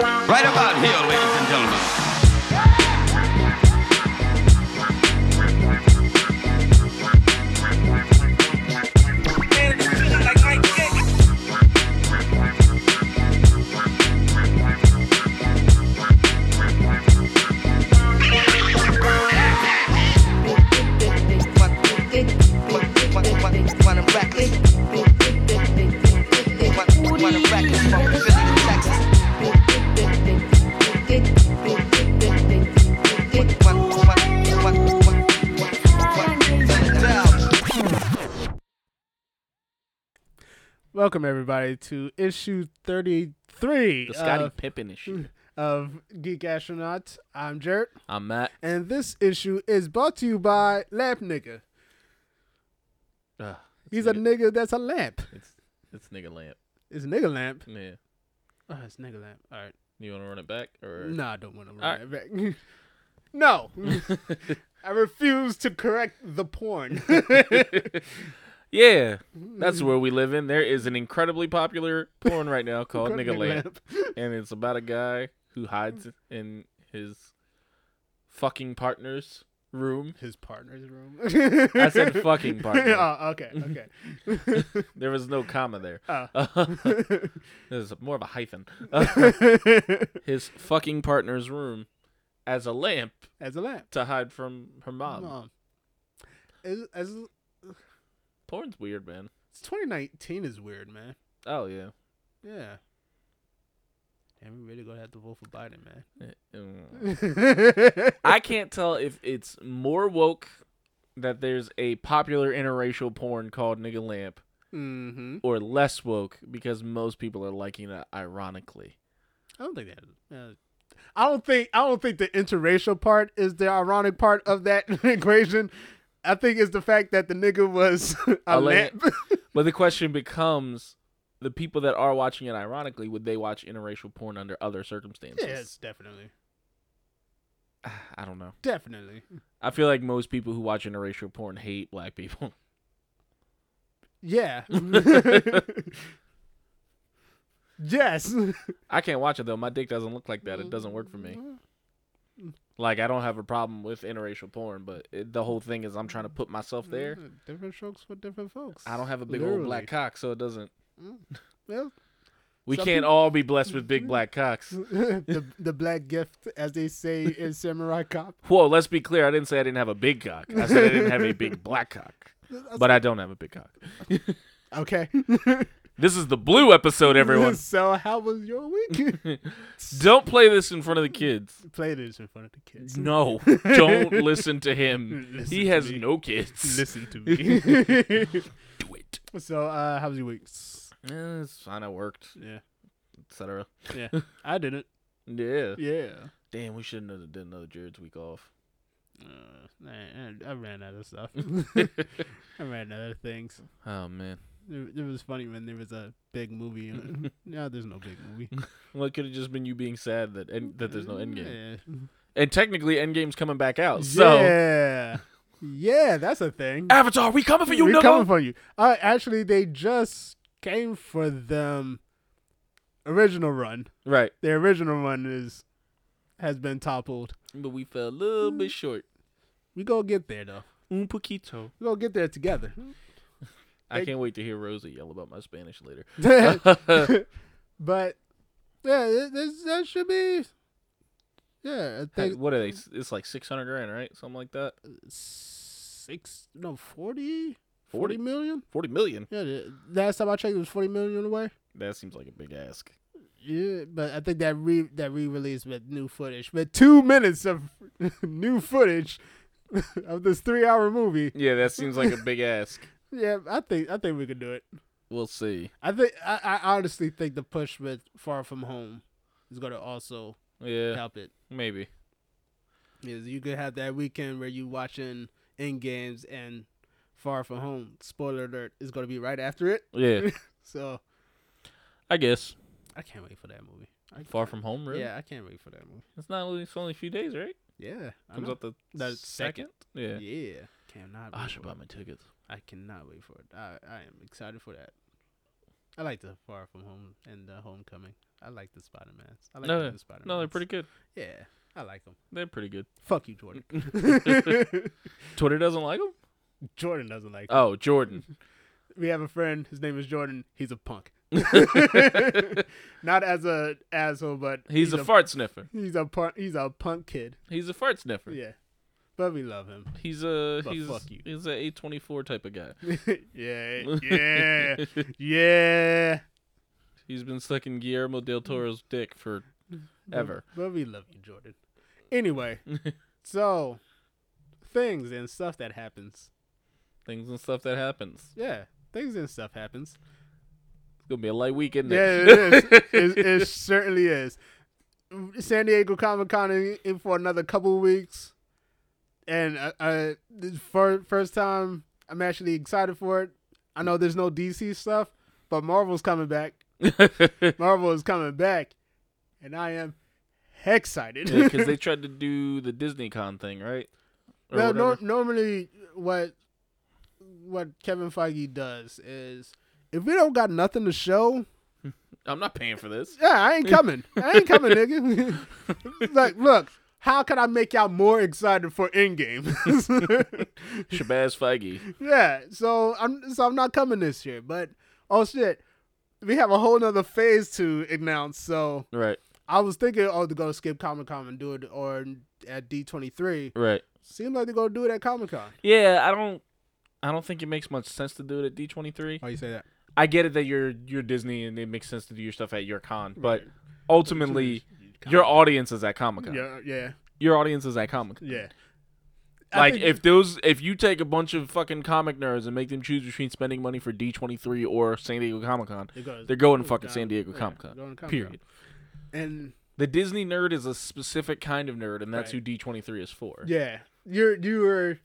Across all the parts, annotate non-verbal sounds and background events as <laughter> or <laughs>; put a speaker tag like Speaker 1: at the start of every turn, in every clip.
Speaker 1: Right about here, ladies and gentlemen.
Speaker 2: Welcome everybody to issue thirty three
Speaker 3: The Scotty
Speaker 2: of,
Speaker 3: Pippen issue.
Speaker 2: of Geek Astronauts. I'm Jert,
Speaker 3: I'm Matt.
Speaker 2: and this issue is brought to you by Lamp Nigga.
Speaker 3: Ugh,
Speaker 2: He's a nigga that's a lamp.
Speaker 3: It's it's nigga lamp.
Speaker 2: It's a nigga lamp.
Speaker 3: Yeah.
Speaker 2: Oh, it's nigga lamp. All right.
Speaker 3: You want to run it back or? <laughs>
Speaker 2: No, I don't want to run
Speaker 3: All
Speaker 2: that back. <laughs>
Speaker 3: <laughs>
Speaker 2: no, I refuse to correct
Speaker 3: <laughs>
Speaker 2: the porn. <laughs>
Speaker 3: yeah, that's where we live in. There is an incredibly popular porn right now called Nigga Lamp, and it's about a guy who hides in his fucking partner's room.
Speaker 2: His partner's room.
Speaker 3: I said
Speaker 2: <laughs>
Speaker 3: fucking partner.
Speaker 2: oh, okay, okay.
Speaker 3: <laughs>
Speaker 2: <laughs>
Speaker 3: There was no comma there. <laughs>
Speaker 2: Oh.
Speaker 3: There's more of a hyphen.
Speaker 2: <laughs>
Speaker 3: his fucking partner's room as a lamp
Speaker 2: As a lamp.
Speaker 3: to hide from her mom.
Speaker 2: Mom. As, as,
Speaker 3: Porn's weird, man.
Speaker 2: 2019 is weird, man.
Speaker 3: Oh yeah.
Speaker 2: Yeah. Damn, we really gonna have to vote for Biden, man.
Speaker 3: Eh, mm.
Speaker 2: <laughs>
Speaker 3: I can't tell if it's more woke that there's a popular interracial porn called Nigga Lamp
Speaker 2: mm-hmm.
Speaker 3: or less woke because most people are liking it ironically.
Speaker 2: I don't think that. Uh, I don't think. I don't think the interracial part is the ironic part of that <laughs> equation. I think it's the fact that the nigga was <laughs> a
Speaker 3: A lamp.
Speaker 2: <laughs> lamp.
Speaker 3: But the question becomes the people that are watching it ironically, would they watch interracial porn under other circumstances?
Speaker 2: yes, definitely,
Speaker 3: <sighs> I don't know.
Speaker 2: definitely.
Speaker 3: I feel like most people who watch interracial porn hate black people. <laughs>
Speaker 2: <laughs> Yeah. yes.
Speaker 3: I can't watch it though. My dick doesn't look like that. It doesn't work for me.
Speaker 2: Mm-hmm.
Speaker 3: Like I don't have a problem with interracial porn, but it, the whole thing is I'm trying to put myself there.
Speaker 2: Mm-hmm. Different strokes for different folks.
Speaker 3: I don't have a big old
Speaker 2: <laughs>
Speaker 3: black cock, so it doesn't.
Speaker 2: Mm. Well,
Speaker 3: We
Speaker 2: Some
Speaker 3: can't
Speaker 2: peop- Mm.
Speaker 3: all be blessed with big black cocks.
Speaker 2: the the black gift, as they say
Speaker 3: <laughs>
Speaker 2: in Samurai Cop.
Speaker 3: Whoa, let's be clear. I didn't say I didn't have a big cock. I said I didn't
Speaker 2: <laughs>
Speaker 3: have a big black cock, but I don't have a big cock.
Speaker 2: Okay.
Speaker 3: This is the blue episode, <laughs> everyone.
Speaker 2: <laughs> so how was your
Speaker 3: <laughs>
Speaker 2: week?
Speaker 3: Don't play this in front of the kids.
Speaker 2: Play this in front of the kids.
Speaker 3: No,
Speaker 2: <laughs>
Speaker 3: don't listen to him.
Speaker 2: Listen
Speaker 3: he
Speaker 2: to
Speaker 3: has
Speaker 2: me.
Speaker 3: no kids.
Speaker 2: <laughs> Listen
Speaker 3: <laughs>
Speaker 2: to me.
Speaker 3: Do it.
Speaker 2: so, uh, how was your week?
Speaker 3: Eh, it's fine. I worked,
Speaker 2: Yeah,
Speaker 3: etc. <laughs>
Speaker 2: yeah. I didn't.
Speaker 3: Yeah.
Speaker 2: Yeah.
Speaker 3: Damn, we shouldn't have done another Jared's week off.
Speaker 2: Uh, I, I ran out
Speaker 3: <laughs>
Speaker 2: of stuff. I ran out of things.
Speaker 3: Oh man.
Speaker 2: It, it was funny when there was a
Speaker 3: <laughs>
Speaker 2: big movie. <laughs> and- no, there's no big movie.
Speaker 3: Well, it could have just been you being sad that end, that there's no end game.
Speaker 2: Yeah.
Speaker 3: And technically, Endgame's coming back out. So,
Speaker 2: yeah, yeah, that's a thing.
Speaker 3: Avatar, we coming for you,
Speaker 2: We're
Speaker 3: nigga.
Speaker 2: coming for you. Uh, actually, they just came for them original run.
Speaker 3: right.
Speaker 2: Their original run is has been toppled.
Speaker 3: But we fell a little bit short.
Speaker 2: We go get there though.
Speaker 3: Un poquito.
Speaker 2: We gonna get
Speaker 3: <laughs>
Speaker 2: there together. <laughs>
Speaker 3: I
Speaker 2: They-
Speaker 3: can't wait to hear Rosa yell about my Spanish later. <laughs>
Speaker 2: but yeah, th- this, that should be. Yeah, I think
Speaker 3: what are they? It's like six hundred grand, right? Something like that.
Speaker 2: six no 40,
Speaker 3: 40?
Speaker 2: 40 million.
Speaker 3: Forty million.
Speaker 2: Yeah, the- last time I checked, it was forty million away.
Speaker 3: That seems like a big ask.
Speaker 2: Yeah, but I think that re that re release with new footage, with two minutes of <laughs> new footage <laughs> of this three hour movie.
Speaker 3: Yeah, that seems like a big ask.
Speaker 2: Yeah, I think I think we could do it.
Speaker 3: <laughs> We'll see.
Speaker 2: I think I, I honestly think the push with Far From Home is gonna also
Speaker 3: Yeah,
Speaker 2: help it.
Speaker 3: maybe.
Speaker 2: Is you could have that weekend where you watching in games and Far From Home. Spoiler alert is gonna be right after it.
Speaker 3: Yeah,
Speaker 2: So
Speaker 3: I guess.
Speaker 2: I can't wait for that movie. I,
Speaker 3: Far from home, really.
Speaker 2: Yeah, I can't wait for that movie.
Speaker 3: It's not only it's only a few days, right?
Speaker 2: Yeah, I
Speaker 3: Comes
Speaker 2: know.
Speaker 3: out the,
Speaker 2: The
Speaker 3: second.
Speaker 2: second.
Speaker 3: Yeah. Ah,
Speaker 2: Yeah, cannot.
Speaker 3: I
Speaker 2: wait
Speaker 3: should
Speaker 2: for
Speaker 3: buy
Speaker 2: it.
Speaker 3: my tickets.
Speaker 2: I cannot wait for it. I, I am excited for that. I like the Far From Home and the Homecoming. I like the Spider Mans. I like
Speaker 3: No,
Speaker 2: the Spider Mans.
Speaker 3: no, they're pretty good.
Speaker 2: Yeah, I like them.
Speaker 3: They're pretty good.
Speaker 2: Fuck
Speaker 3: <laughs>
Speaker 2: you, Jordan. <laughs>
Speaker 3: Twitter doesn't like them.
Speaker 2: Jordan doesn't like. 'em.
Speaker 3: Oh, Jordan.
Speaker 2: We have a friend. His name is Jordan. He's
Speaker 3: <laughs>
Speaker 2: a punk. <laughs> Not as a asshole, but
Speaker 3: He's, a, fart sniffer.
Speaker 2: He's a punk. He's a punk kid.
Speaker 3: He's a fart sniffer.
Speaker 2: Yeah, but we love him. <laughs>
Speaker 3: He's a
Speaker 2: But
Speaker 3: he's
Speaker 2: fuck you.
Speaker 3: he's a A twenty four type of guy. <laughs>
Speaker 2: yeah, <laughs> yeah, yeah.
Speaker 3: He's been stuck in Guillermo del Toro's dick for ever. <laughs>
Speaker 2: But we love you, Jordan. Anyway, so things and stuff that happens.
Speaker 3: Things and stuff that happens.
Speaker 2: Yeah, things and stuff happens.
Speaker 3: It's gonna be a light week, isn't it?
Speaker 2: <laughs> Yeah, it is. it, it certainly is. San Diego Comic Con in, in for another couple of weeks, and uh, uh, this fir- first time I'm actually excited for it. I know there's no DC stuff, but Marvel's coming back.
Speaker 3: <laughs>
Speaker 2: Marvel is coming back, and I am excited.
Speaker 3: because
Speaker 2: <laughs>
Speaker 3: they tried to do the DisneyCon thing, right? Or
Speaker 2: No,
Speaker 3: whatever.
Speaker 2: nor normally what what Kevin Feige does is if we don't got nothing to show,
Speaker 3: I'm not paying for this.
Speaker 2: yeah, I ain't <laughs> coming. I ain't coming, nigga. <laughs> like, look, how can I make y'all more excited for Endgame? <laughs>
Speaker 3: Shabazz Feige.
Speaker 2: yeah, so I'm so I'm not coming this year. But oh shit, we have a whole nother phase to announce. So
Speaker 3: Right,
Speaker 2: I was thinking, oh, to go skip Comic Con and do it, or at D23.
Speaker 3: right.
Speaker 2: Seems like they're gonna do it at Comic Con.
Speaker 3: Yeah, I don't. I don't think it makes much sense to do it at D23.
Speaker 2: Why you say that?
Speaker 3: I get it that you're you're Disney and it makes sense to do your stuff at your con, but ultimately your audience is at Comic Con.
Speaker 2: Yeah, yeah,
Speaker 3: Your audience is at Comic Con.
Speaker 2: yeah. I
Speaker 3: Like
Speaker 2: think-
Speaker 3: if those if you take a bunch of fucking comic nerds and make them choose between spending money for D23 or San Diego Comic Con,
Speaker 2: It goes-
Speaker 3: they're going to fucking
Speaker 2: Yeah,
Speaker 3: San Diego
Speaker 2: Oh, yeah,
Speaker 3: Comic
Speaker 2: going
Speaker 3: Con.
Speaker 2: to Comic-Con.
Speaker 3: Period.
Speaker 2: and
Speaker 3: The Disney nerd is a specific kind of nerd, and that's
Speaker 2: Right.
Speaker 3: who D23 is for.
Speaker 2: yeah, you're you were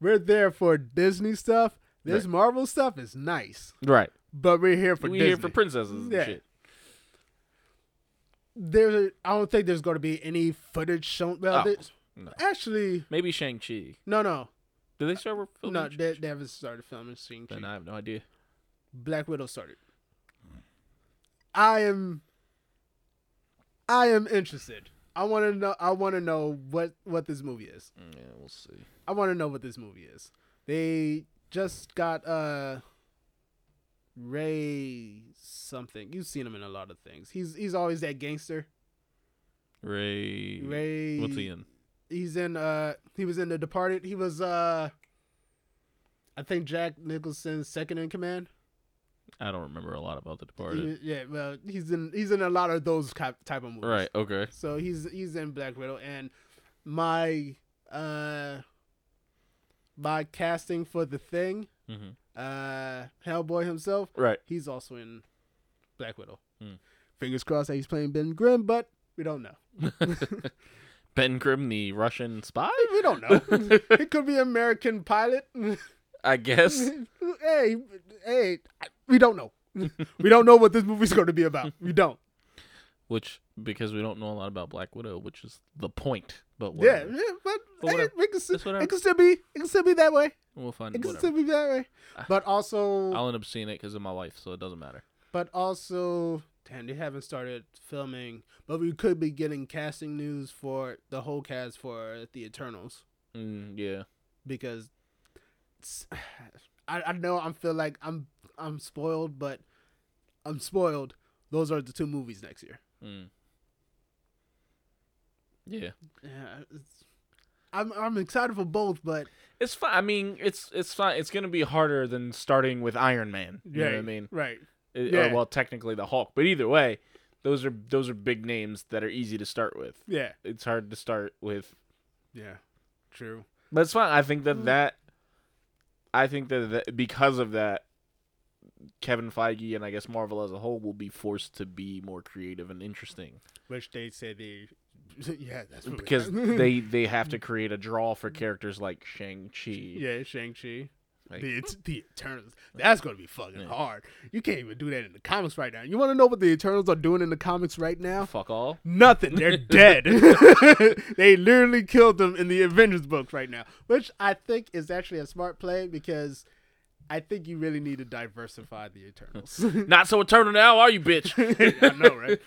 Speaker 2: we're there for Disney stuff. This
Speaker 3: Right.
Speaker 2: Marvel stuff is nice,
Speaker 3: Right.
Speaker 2: but we're here for
Speaker 3: we
Speaker 2: Disney.
Speaker 3: here for princesses and
Speaker 2: Yeah.
Speaker 3: shit.
Speaker 2: there's a, I don't think there's going to be any footage shown. Well,
Speaker 3: Oh,
Speaker 2: there's-
Speaker 3: no.
Speaker 2: actually,
Speaker 3: Maybe Shang-Chi.
Speaker 2: no, no,
Speaker 3: Do they start with filming?
Speaker 2: no. They, they haven't started filming Shang
Speaker 3: then
Speaker 2: Chi.
Speaker 3: I have no idea.
Speaker 2: Black Widow started. I am. I am interested. I want to know. I want to know what what this movie is.
Speaker 3: Mm, Yeah, we'll see.
Speaker 2: I want to know what this movie is. They just got uh Ray something. You've seen him in a lot of things. He's he's always that gangster.
Speaker 3: Ray.
Speaker 2: Ray.
Speaker 3: What's he in?
Speaker 2: He's in uh he was in The Departed. He was uh I think Jack Nicholson's second in command.
Speaker 3: I don't remember a lot about the
Speaker 2: He-
Speaker 3: Departed.
Speaker 2: yeah, well, he's in he's in a lot of those type type of movies.
Speaker 3: Right. Okay.
Speaker 2: So he's he's in Black Widow, and my uh my casting for the thing
Speaker 3: hmm
Speaker 2: uh Hellboy himself,
Speaker 3: Right.
Speaker 2: he's also in Black Widow.
Speaker 3: Hmm.
Speaker 2: Fingers crossed that he's playing Ben Grimm, but we don't know.
Speaker 3: Ben Grimm, the Russian spy.
Speaker 2: We don't
Speaker 3: <laughs>
Speaker 2: know. it could be American pilot. <laughs>
Speaker 3: I guess.
Speaker 2: hey, hey, we don't know. <laughs> we don't know what this movie's going to be about. We don't.
Speaker 3: Which because we don't know a lot about Black Widow, which is the point. But
Speaker 2: Yeah,
Speaker 3: whatever.
Speaker 2: yeah, but,
Speaker 3: But
Speaker 2: hey,
Speaker 3: whatever.
Speaker 2: we can still,
Speaker 3: It's whatever.
Speaker 2: it can still be it can still be that way.
Speaker 3: We'll find.
Speaker 2: It can
Speaker 3: Whatever. Ah.
Speaker 2: still be that way. But also,
Speaker 3: I'll end up seeing it because of my wife, so it doesn't matter.
Speaker 2: but also, damn, they haven't started filming, but we could be getting casting news for the whole cast for the Eternals.
Speaker 3: Mm, yeah.
Speaker 2: because it's- <sighs> I, I know I feel like I'm I'm spoiled, but I'm spoiled. Those are the two movies next year.
Speaker 3: Mm. Yeah.
Speaker 2: Yeah, it's- I'm I'm excited for both, but
Speaker 3: It's fine. I mean, it's it's fine. It's gonna be harder than starting with Iron Man. You know what I mean?
Speaker 2: right,
Speaker 3: It-
Speaker 2: Yeah.
Speaker 3: or, well, technically the Hulk, but either way, those are those are big names that are easy to start with.
Speaker 2: yeah,
Speaker 3: It's hard to start with,
Speaker 2: yeah, true,
Speaker 3: but it's fine. I think that that I think that, that because of that, Kevin Feige and I guess Marvel as a whole will be forced to be more creative and interesting
Speaker 2: which they say they, <laughs> yeah, that's what we- <laughs>
Speaker 3: because they they have to create a draw for characters like Shang Chi.
Speaker 2: yeah Shang Chi.
Speaker 3: Like-
Speaker 2: the, Et- the Eternals. That's gonna be fucking
Speaker 3: Yeah.
Speaker 2: hard. You can't even do that in the comics right now. You want to know what the Eternals are doing in the comics right now?
Speaker 3: Fuck all. <laughs>
Speaker 2: Nothing. They're dead. <laughs> they literally killed them in the Avengers books right now, which I think is actually a smart play because I think you really need to diversify the Eternals. <laughs>
Speaker 3: Not so eternal now, are you, bitch?
Speaker 2: I
Speaker 3: <laughs>
Speaker 2: know, right?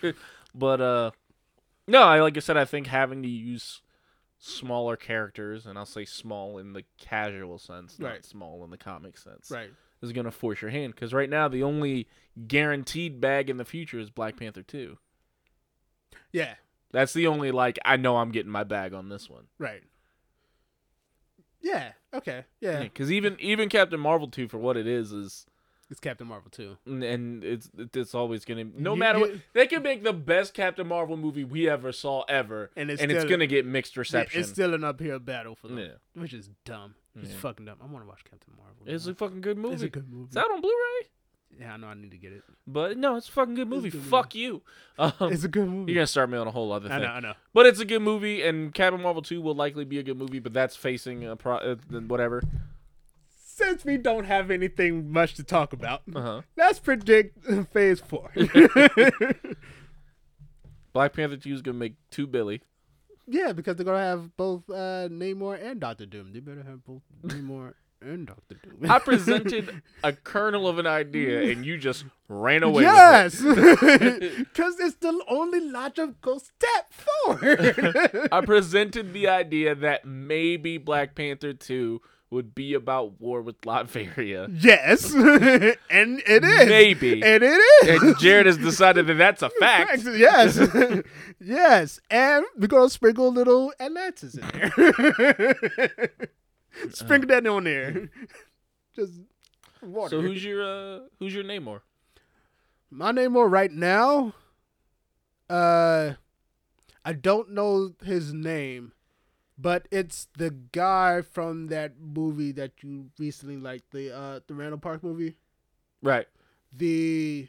Speaker 3: But uh no, I like I said, I think having to use smaller characters, and I'll say small in the casual sense, not
Speaker 2: Right.
Speaker 3: small in the comic sense,
Speaker 2: Right.
Speaker 3: is gonna force your hand. Because right now, the only guaranteed bag in the future is Black Panther two.
Speaker 2: Yeah.
Speaker 3: That's the only like I know I'm getting my bag on this one.
Speaker 2: Right. Yeah. Okay. Yeah.
Speaker 3: Because even even Captain Marvel two for what it is is
Speaker 2: It's Captain Marvel too.
Speaker 3: and- and it's it's always gonna no
Speaker 2: You-
Speaker 3: matter
Speaker 2: you-
Speaker 3: what they can make the best Captain Marvel movie we ever saw ever,
Speaker 2: And
Speaker 3: and
Speaker 2: it's
Speaker 3: it's,
Speaker 2: still-
Speaker 3: gonna get mixed
Speaker 2: Yeah,
Speaker 3: reception.
Speaker 2: It's still an uphill battle for them,
Speaker 3: Yeah.
Speaker 2: which is dumb. It's
Speaker 3: Yeah.
Speaker 2: fucking dumb. I want to watch Captain Marvel.
Speaker 3: It's
Speaker 2: now.
Speaker 3: a fucking good movie.
Speaker 2: It's a good movie.
Speaker 3: It's out on Blu-ray,
Speaker 2: yeah, I know. I need to get it.
Speaker 3: but no, it's a fucking good
Speaker 2: a
Speaker 3: movie.
Speaker 2: good movie.
Speaker 3: Fuck you. <laughs> Um,
Speaker 2: It's a good movie.
Speaker 3: you're gonna start me on a whole other
Speaker 2: I
Speaker 3: thing,
Speaker 2: know. I know.
Speaker 3: but it's a good movie, and Captain Marvel two will likely be a good movie, but that's facing a pro uh, th- whatever.
Speaker 2: Since we don't have anything much to talk about,
Speaker 3: Uh huh.
Speaker 2: let's predict <laughs> Phase
Speaker 3: <laughs>
Speaker 2: Four.
Speaker 3: Black Panther two is gonna make two Billy.
Speaker 2: yeah, because they're gonna have both uh, Namor and Doctor Doom. They better have both
Speaker 3: <laughs>
Speaker 2: Namor and Doctor Doom.
Speaker 3: I
Speaker 2: <laughs>
Speaker 3: presented a kernel of an idea, and you just ran away. With it.
Speaker 2: Yes, <laughs>
Speaker 3: <laughs>
Speaker 2: because it's the only logical
Speaker 3: <laughs>
Speaker 2: step forward.
Speaker 3: I presented the idea that maybe Black Panther 2 would be about war with Latveria.
Speaker 2: yes, <laughs> and it is
Speaker 3: Maybe.
Speaker 2: and it is.
Speaker 3: And
Speaker 2: <laughs>
Speaker 3: Jared has decided that that's a fact.
Speaker 2: Yes, <laughs> yes, and we're gonna sprinkle little Atlantis in there. <laughs> sprinkle that on there. <laughs> Just water.
Speaker 3: So who's your uh, who's your Namor?
Speaker 2: My name more right now. Uh, I don't know his name, but it's the guy from that movie that you recently liked, the uh, the Randall Park movie,
Speaker 3: Right.
Speaker 2: the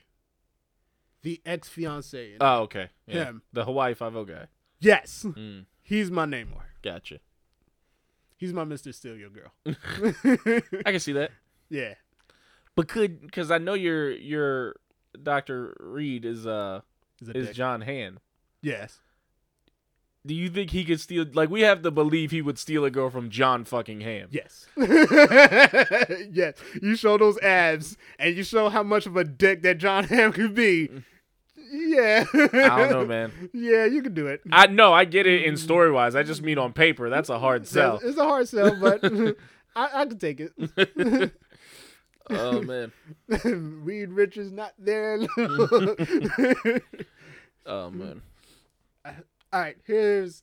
Speaker 2: the ex fiance.
Speaker 3: Oh, okay. Yeah.
Speaker 2: Him.
Speaker 3: The Hawaii Five O guy.
Speaker 2: yes,
Speaker 3: Mm,
Speaker 2: he's my Namor.
Speaker 3: gotcha.
Speaker 2: He's my Mister Steal
Speaker 3: <laughs>
Speaker 2: Your Girl.
Speaker 3: I can see that.
Speaker 2: yeah,
Speaker 3: But could because I know your your Doctor Reed is uh
Speaker 2: he's a
Speaker 3: is
Speaker 2: dick.
Speaker 3: John Hand.
Speaker 2: yes,
Speaker 3: Do you think he could steal? Like we have to believe he would steal a girl from John fucking Ham.
Speaker 2: yes, <laughs> yes. You show those abs, and you show how much of a dick that John Hamm could be. Yeah,
Speaker 3: I don't know, man.
Speaker 2: <laughs> Yeah, you can do it.
Speaker 3: I no, I get it in story wise. I just mean on paper. That's a hard sell.
Speaker 2: It's, it's a hard sell,
Speaker 3: <laughs>
Speaker 2: but <laughs> I, I can take it. <laughs>
Speaker 3: oh man.
Speaker 2: Reed Richards not
Speaker 3: <laughs>
Speaker 2: there.
Speaker 3: Oh man.
Speaker 2: All right, here's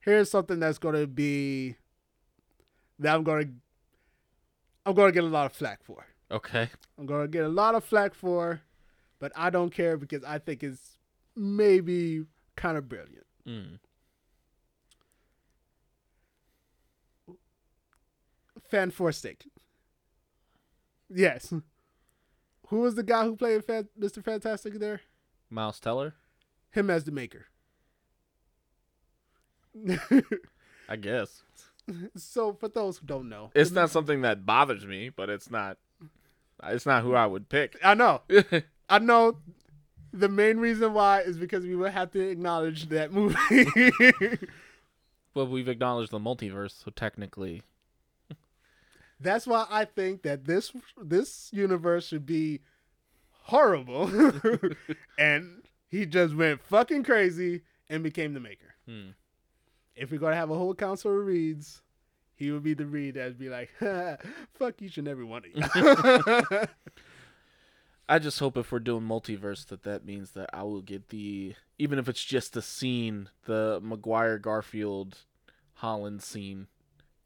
Speaker 2: here's something that's gonna be that I'm gonna I'm gonna get a lot of flack for.
Speaker 3: Okay.
Speaker 2: I'm gonna get a lot of flack for, but I don't care because I think it's maybe kind of brilliant.
Speaker 3: Mm.
Speaker 2: Fan Forsake. Yes. Who was the guy who played Fan- Mr. Fantastic there?
Speaker 3: Miles Teller,
Speaker 2: Him as the maker. <laughs>
Speaker 3: I guess.
Speaker 2: so for those who don't know,
Speaker 3: It's not something that bothers me, but it's not. It's not who I would pick.
Speaker 2: I know, I know. The main reason why is because we would have to acknowledge that movie.
Speaker 3: <laughs>
Speaker 2: <laughs>
Speaker 3: Well, we've acknowledged the multiverse, so technically,
Speaker 2: That's why I think that this this universe should be horrible. <laughs> and he just went fucking crazy and became the maker.
Speaker 3: Hmm.
Speaker 2: If we're gonna have a whole council of reads, he would be the read that'd be like, <laughs> "Fuck each and every one of you." <laughs>
Speaker 3: I just hope if we're doing multiverse that that means that I will get the even if it's just the scene, the McGuire Garfield Holland scene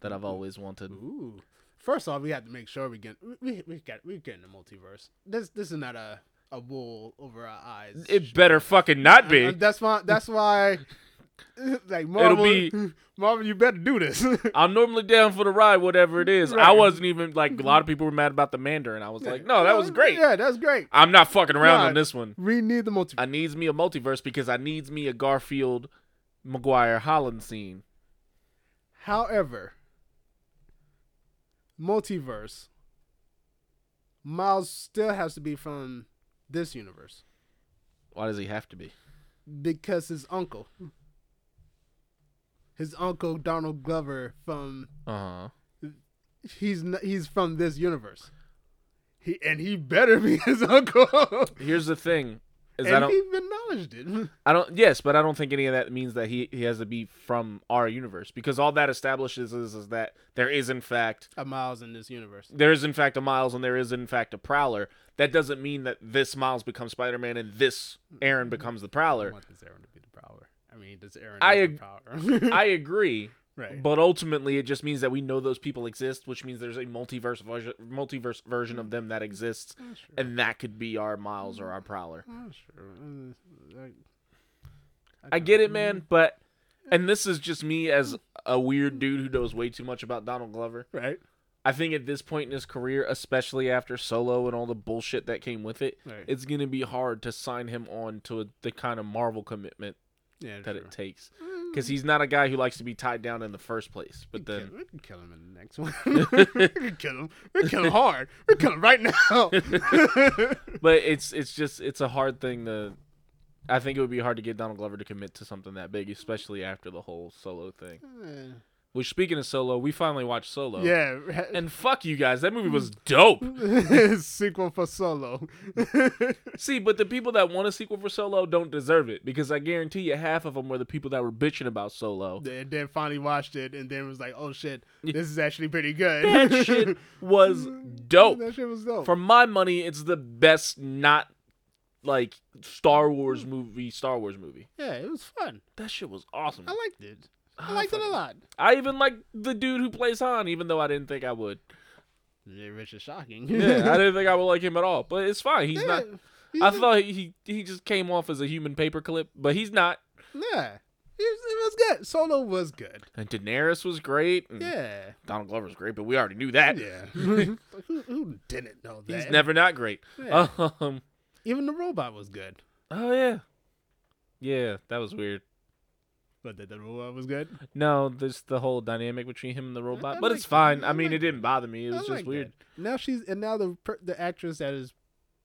Speaker 3: that I've always wanted.
Speaker 2: Mm-hmm. Ooh. First off, we have to make sure we get we we got we get in the multiverse. This this is not a a wool over our eyes.
Speaker 3: It better fucking not be.
Speaker 2: And that's why. That's why. <laughs> Like Marvel,
Speaker 3: be-
Speaker 2: <laughs> Marvel, you better
Speaker 3: <laughs>
Speaker 2: do this.
Speaker 3: I'm normally down for the ride, whatever it is. I
Speaker 2: Right. Mm-hmm.
Speaker 3: wasn't even like a lot of people were mad about the Mandarin. I was like, no,
Speaker 2: <laughs>
Speaker 3: that was great.
Speaker 2: Yeah, that's great.
Speaker 3: I'm not fucking around
Speaker 2: Nah.
Speaker 3: on this one.
Speaker 2: We need the multiverse.
Speaker 3: I needs me a multiverse because I needs me a Garfield, McGuire, Holland scene.
Speaker 2: However, multiverse. Miles still has to be from this universe
Speaker 3: Why does he have to be?
Speaker 2: because his uncle, his uncle Donald Glover from
Speaker 3: Uh huh.
Speaker 2: he's n- he's from this universe. He and he better be <laughs> his uncle.
Speaker 3: Here's the thing: is I
Speaker 2: and
Speaker 3: don't,
Speaker 2: he acknowledged it. <laughs>
Speaker 3: I don't. Yes, but I don't think any of that means that he he has to be from our universe because all that establishes is is that there is in fact
Speaker 2: A Miles in this universe.
Speaker 3: there is in fact a Miles and there is in fact a Prowler. That doesn't mean that this Miles becomes Spider Man and this Aaron becomes the
Speaker 2: I
Speaker 3: Prowler.
Speaker 2: want this Aaron to be the power. I mean, does Aaron
Speaker 3: I
Speaker 2: have the power?
Speaker 3: I agree,
Speaker 2: <laughs> right.
Speaker 3: but ultimately it just means that we know those people exist, which means there's a multiverse version, multiverse version of them that exists,
Speaker 2: I'm sure.
Speaker 3: and that could be our Miles or our Prowler.
Speaker 2: I'm Mm, sure. Uh,
Speaker 3: I get it, man, but and this is just me as a weird dude who knows way too much about Donald Glover.
Speaker 2: Right.
Speaker 3: I think at this point in his career, especially after Solo and all the bullshit that came with it,
Speaker 2: Right.
Speaker 3: it's gonna be hard to sign him on to the kind of Marvel commitment
Speaker 2: Yeah.
Speaker 3: that
Speaker 2: sure.
Speaker 3: it takes, because he's not a guy who likes to be tied down in the first place. But
Speaker 2: Kill-
Speaker 3: then,
Speaker 2: we can kill him in the
Speaker 3: <laughs>
Speaker 2: next one. we can kill him. We can kill him hard. We can kill him right
Speaker 3: <laughs>
Speaker 2: now. <laughs>
Speaker 3: but it's it's just it's a hard thing to. I think it would be hard to get Donald Glover to commit to something that big, especially after the whole Solo thing.
Speaker 2: Mm.
Speaker 3: Which, speaking of Solo, we finally watched Solo.
Speaker 2: yeah.
Speaker 3: And fuck you guys, that movie was dope.
Speaker 2: <laughs> sequel for Solo. <laughs>
Speaker 3: See, but the people that want a sequel for Solo don't deserve it because I guarantee you half of them were the people that were bitching about Solo.
Speaker 2: and then finally watched it, and then was like, "Oh shit, this is actually pretty good."
Speaker 3: That
Speaker 2: <laughs>
Speaker 3: shit was dope.
Speaker 2: That shit was dope.
Speaker 3: For my money, it's the best not like Star
Speaker 2: Hmm.
Speaker 3: Wars movie, Star Wars movie.
Speaker 2: yeah, it was fun.
Speaker 3: That shit was awesome.
Speaker 2: I liked it. I
Speaker 3: Oh,
Speaker 2: liked it a
Speaker 3: fuck.
Speaker 2: lot.
Speaker 3: I even like the dude who plays Han, even though I didn't think I
Speaker 2: <laughs>
Speaker 3: would.
Speaker 2: Yeah, Rich is shocking.
Speaker 3: Yeah, I
Speaker 2: <laughs>
Speaker 3: didn't think I would like him at all. But it's fine. He's not
Speaker 2: He's
Speaker 3: I
Speaker 2: a-
Speaker 3: thought he he just came off as a human paperclip, but he's not.
Speaker 2: Yeah, it was, it was good. Solo was good.
Speaker 3: And Daenerys was great. And
Speaker 2: Yeah.
Speaker 3: Donald Glover's great, but we already knew that. <laughs>
Speaker 2: Yeah. who, who didn't know that?
Speaker 3: He's never not great.
Speaker 2: Yeah.
Speaker 3: Um,
Speaker 2: Even the robot was good.
Speaker 3: oh yeah, yeah, that was weird.
Speaker 2: But the, the robot was good.
Speaker 3: No, there's the whole dynamic between him and the robot,
Speaker 2: I
Speaker 3: but
Speaker 2: like
Speaker 3: it's fine.
Speaker 2: that.
Speaker 3: I,
Speaker 2: I
Speaker 3: mean,
Speaker 2: like
Speaker 3: it didn't bother me. It
Speaker 2: I
Speaker 3: was just
Speaker 2: like
Speaker 3: weird.
Speaker 2: that. Now she's and now the per- the actress that is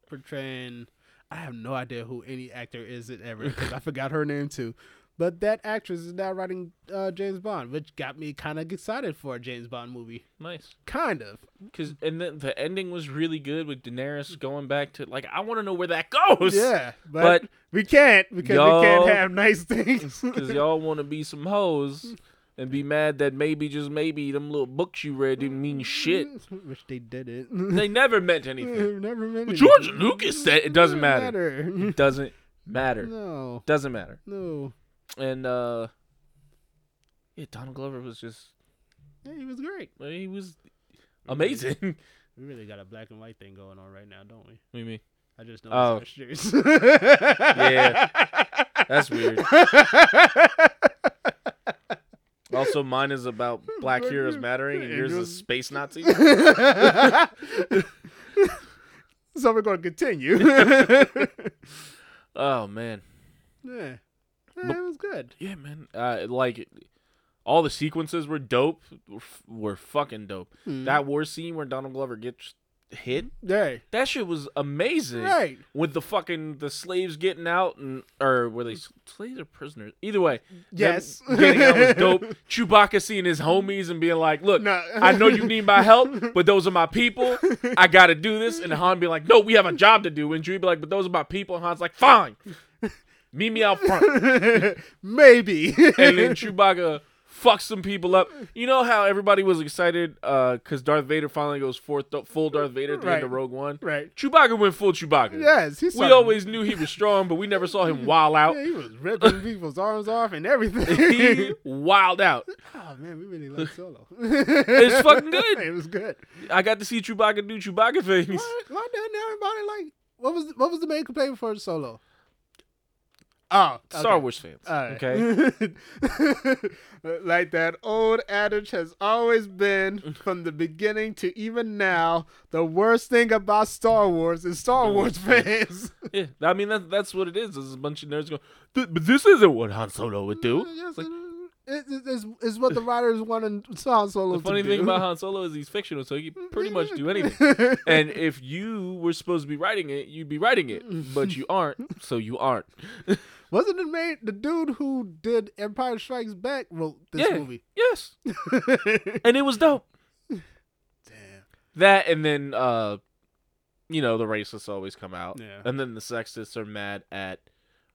Speaker 2: portraying. I have no idea who any actor is in ever because I forgot her name too. But that actress is now writing uh, James Bond, which got me kind of excited for a James Bond movie.
Speaker 3: Nice,
Speaker 2: Kind of.
Speaker 3: cause and then the ending was really good with Daenerys going back to like I want to know where that goes.
Speaker 2: Yeah, but,
Speaker 3: but-
Speaker 2: we can't because we
Speaker 3: Yo.
Speaker 2: can't have nice
Speaker 3: <laughs>
Speaker 2: things.
Speaker 3: <laughs> cause
Speaker 2: <laughs>
Speaker 3: y'all want to be some hoes and be mad that maybe just maybe them little books you read didn't mean <laughs> shit.
Speaker 2: Which they did it. <laughs>
Speaker 3: They never meant anything. <laughs>
Speaker 2: Never meant
Speaker 3: George
Speaker 2: anything.
Speaker 3: Lucas said it doesn't matter.
Speaker 2: matter.
Speaker 3: Doesn't matter.
Speaker 2: <laughs> no,
Speaker 3: Doesn't matter.
Speaker 2: no.
Speaker 3: and uh yeah donald glover was just
Speaker 2: Yeah, he was great.
Speaker 3: I mean, he was amazing <laughs> what
Speaker 2: We really got a black and white thing going on right now, don't we?
Speaker 3: do you mean
Speaker 2: I just know
Speaker 3: Oh.
Speaker 2: shirts.
Speaker 3: yeah that's weird also mine is <laughs> about black heroes mattering and yours is <laughs> space nazis
Speaker 2: so we're going to <laughs> continue.
Speaker 3: oh man
Speaker 2: yeah. Yeah, it was good.
Speaker 3: yeah man uh like all the sequences were dope were, f- were fucking dope
Speaker 2: Hmm.
Speaker 3: that war scene where donald glover gets hit
Speaker 2: Hey,
Speaker 3: that shit was amazing
Speaker 2: right.
Speaker 3: with the fucking the slaves getting out and or were they s- slaves or prisoners? Either way, them
Speaker 2: Yes.
Speaker 3: getting out was
Speaker 2: <laughs>
Speaker 3: dope. Chewbacca seeing his homies and being like, "Look,
Speaker 2: No.
Speaker 3: I know you need my
Speaker 2: <laughs>
Speaker 3: help, but those are my people. I gotta do this." And Han be like, "No, we have a job to do." And Chewie be like, "But those are my people." And Han's like, "Fine, meet me out front."
Speaker 2: <laughs>
Speaker 3: <laughs>
Speaker 2: Maybe.
Speaker 3: And
Speaker 2: <laughs>
Speaker 3: then Chewbacca fucks some people up. You know how everybody was excited because Darth Vader finally goes forth, full Darth Vader at the end of
Speaker 2: Right.
Speaker 3: Rogue One.
Speaker 2: right.
Speaker 3: Chewbacca went full Chewbacca.
Speaker 2: Yes, he's
Speaker 3: We always knew he was strong, but we never saw him wild out. <laughs>
Speaker 2: Yeah, he was ripping people's arms off and everything.
Speaker 3: He wild out.
Speaker 2: <laughs> oh man, we really
Speaker 3: <laughs>
Speaker 2: like Solo.
Speaker 3: It's fucking good.
Speaker 2: <laughs> it was good.
Speaker 3: I got to see Chewbacca do Chewbacca things.
Speaker 2: Why, why doesn't everybody like? What was what was the main complaint before Solo?
Speaker 3: Ah,
Speaker 2: Oh, okay.
Speaker 3: Star Wars fans.
Speaker 2: All right. <laughs>
Speaker 3: Okay.
Speaker 2: like that old adage has
Speaker 3: <laughs>
Speaker 2: always been from the beginning to even now. The worst thing about Star Wars is Star Wars fans.
Speaker 3: Yeah, I mean that, that's what it is. There's a bunch of nerds going, "Th- but this isn't what Han Solo would do.
Speaker 2: <laughs> Yes,
Speaker 3: like-
Speaker 2: it, it, it's, it's what the writers wanted Han Solo
Speaker 3: The funny
Speaker 2: to
Speaker 3: thing
Speaker 2: do. <laughs> Mm-hmm.
Speaker 3: about Han Solo is he's fictional, so he can pretty much do anything. And if you were supposed to be writing it, you'd be writing it, but you aren't, so you aren't.
Speaker 2: Wasn't it made the dude who did Empire Strikes Back wrote this <laughs>
Speaker 3: yeah.
Speaker 2: movie?
Speaker 3: Yes. and it was dope. that and then uh you know the racists always come out
Speaker 2: Yeah.
Speaker 3: and then the sexists are mad at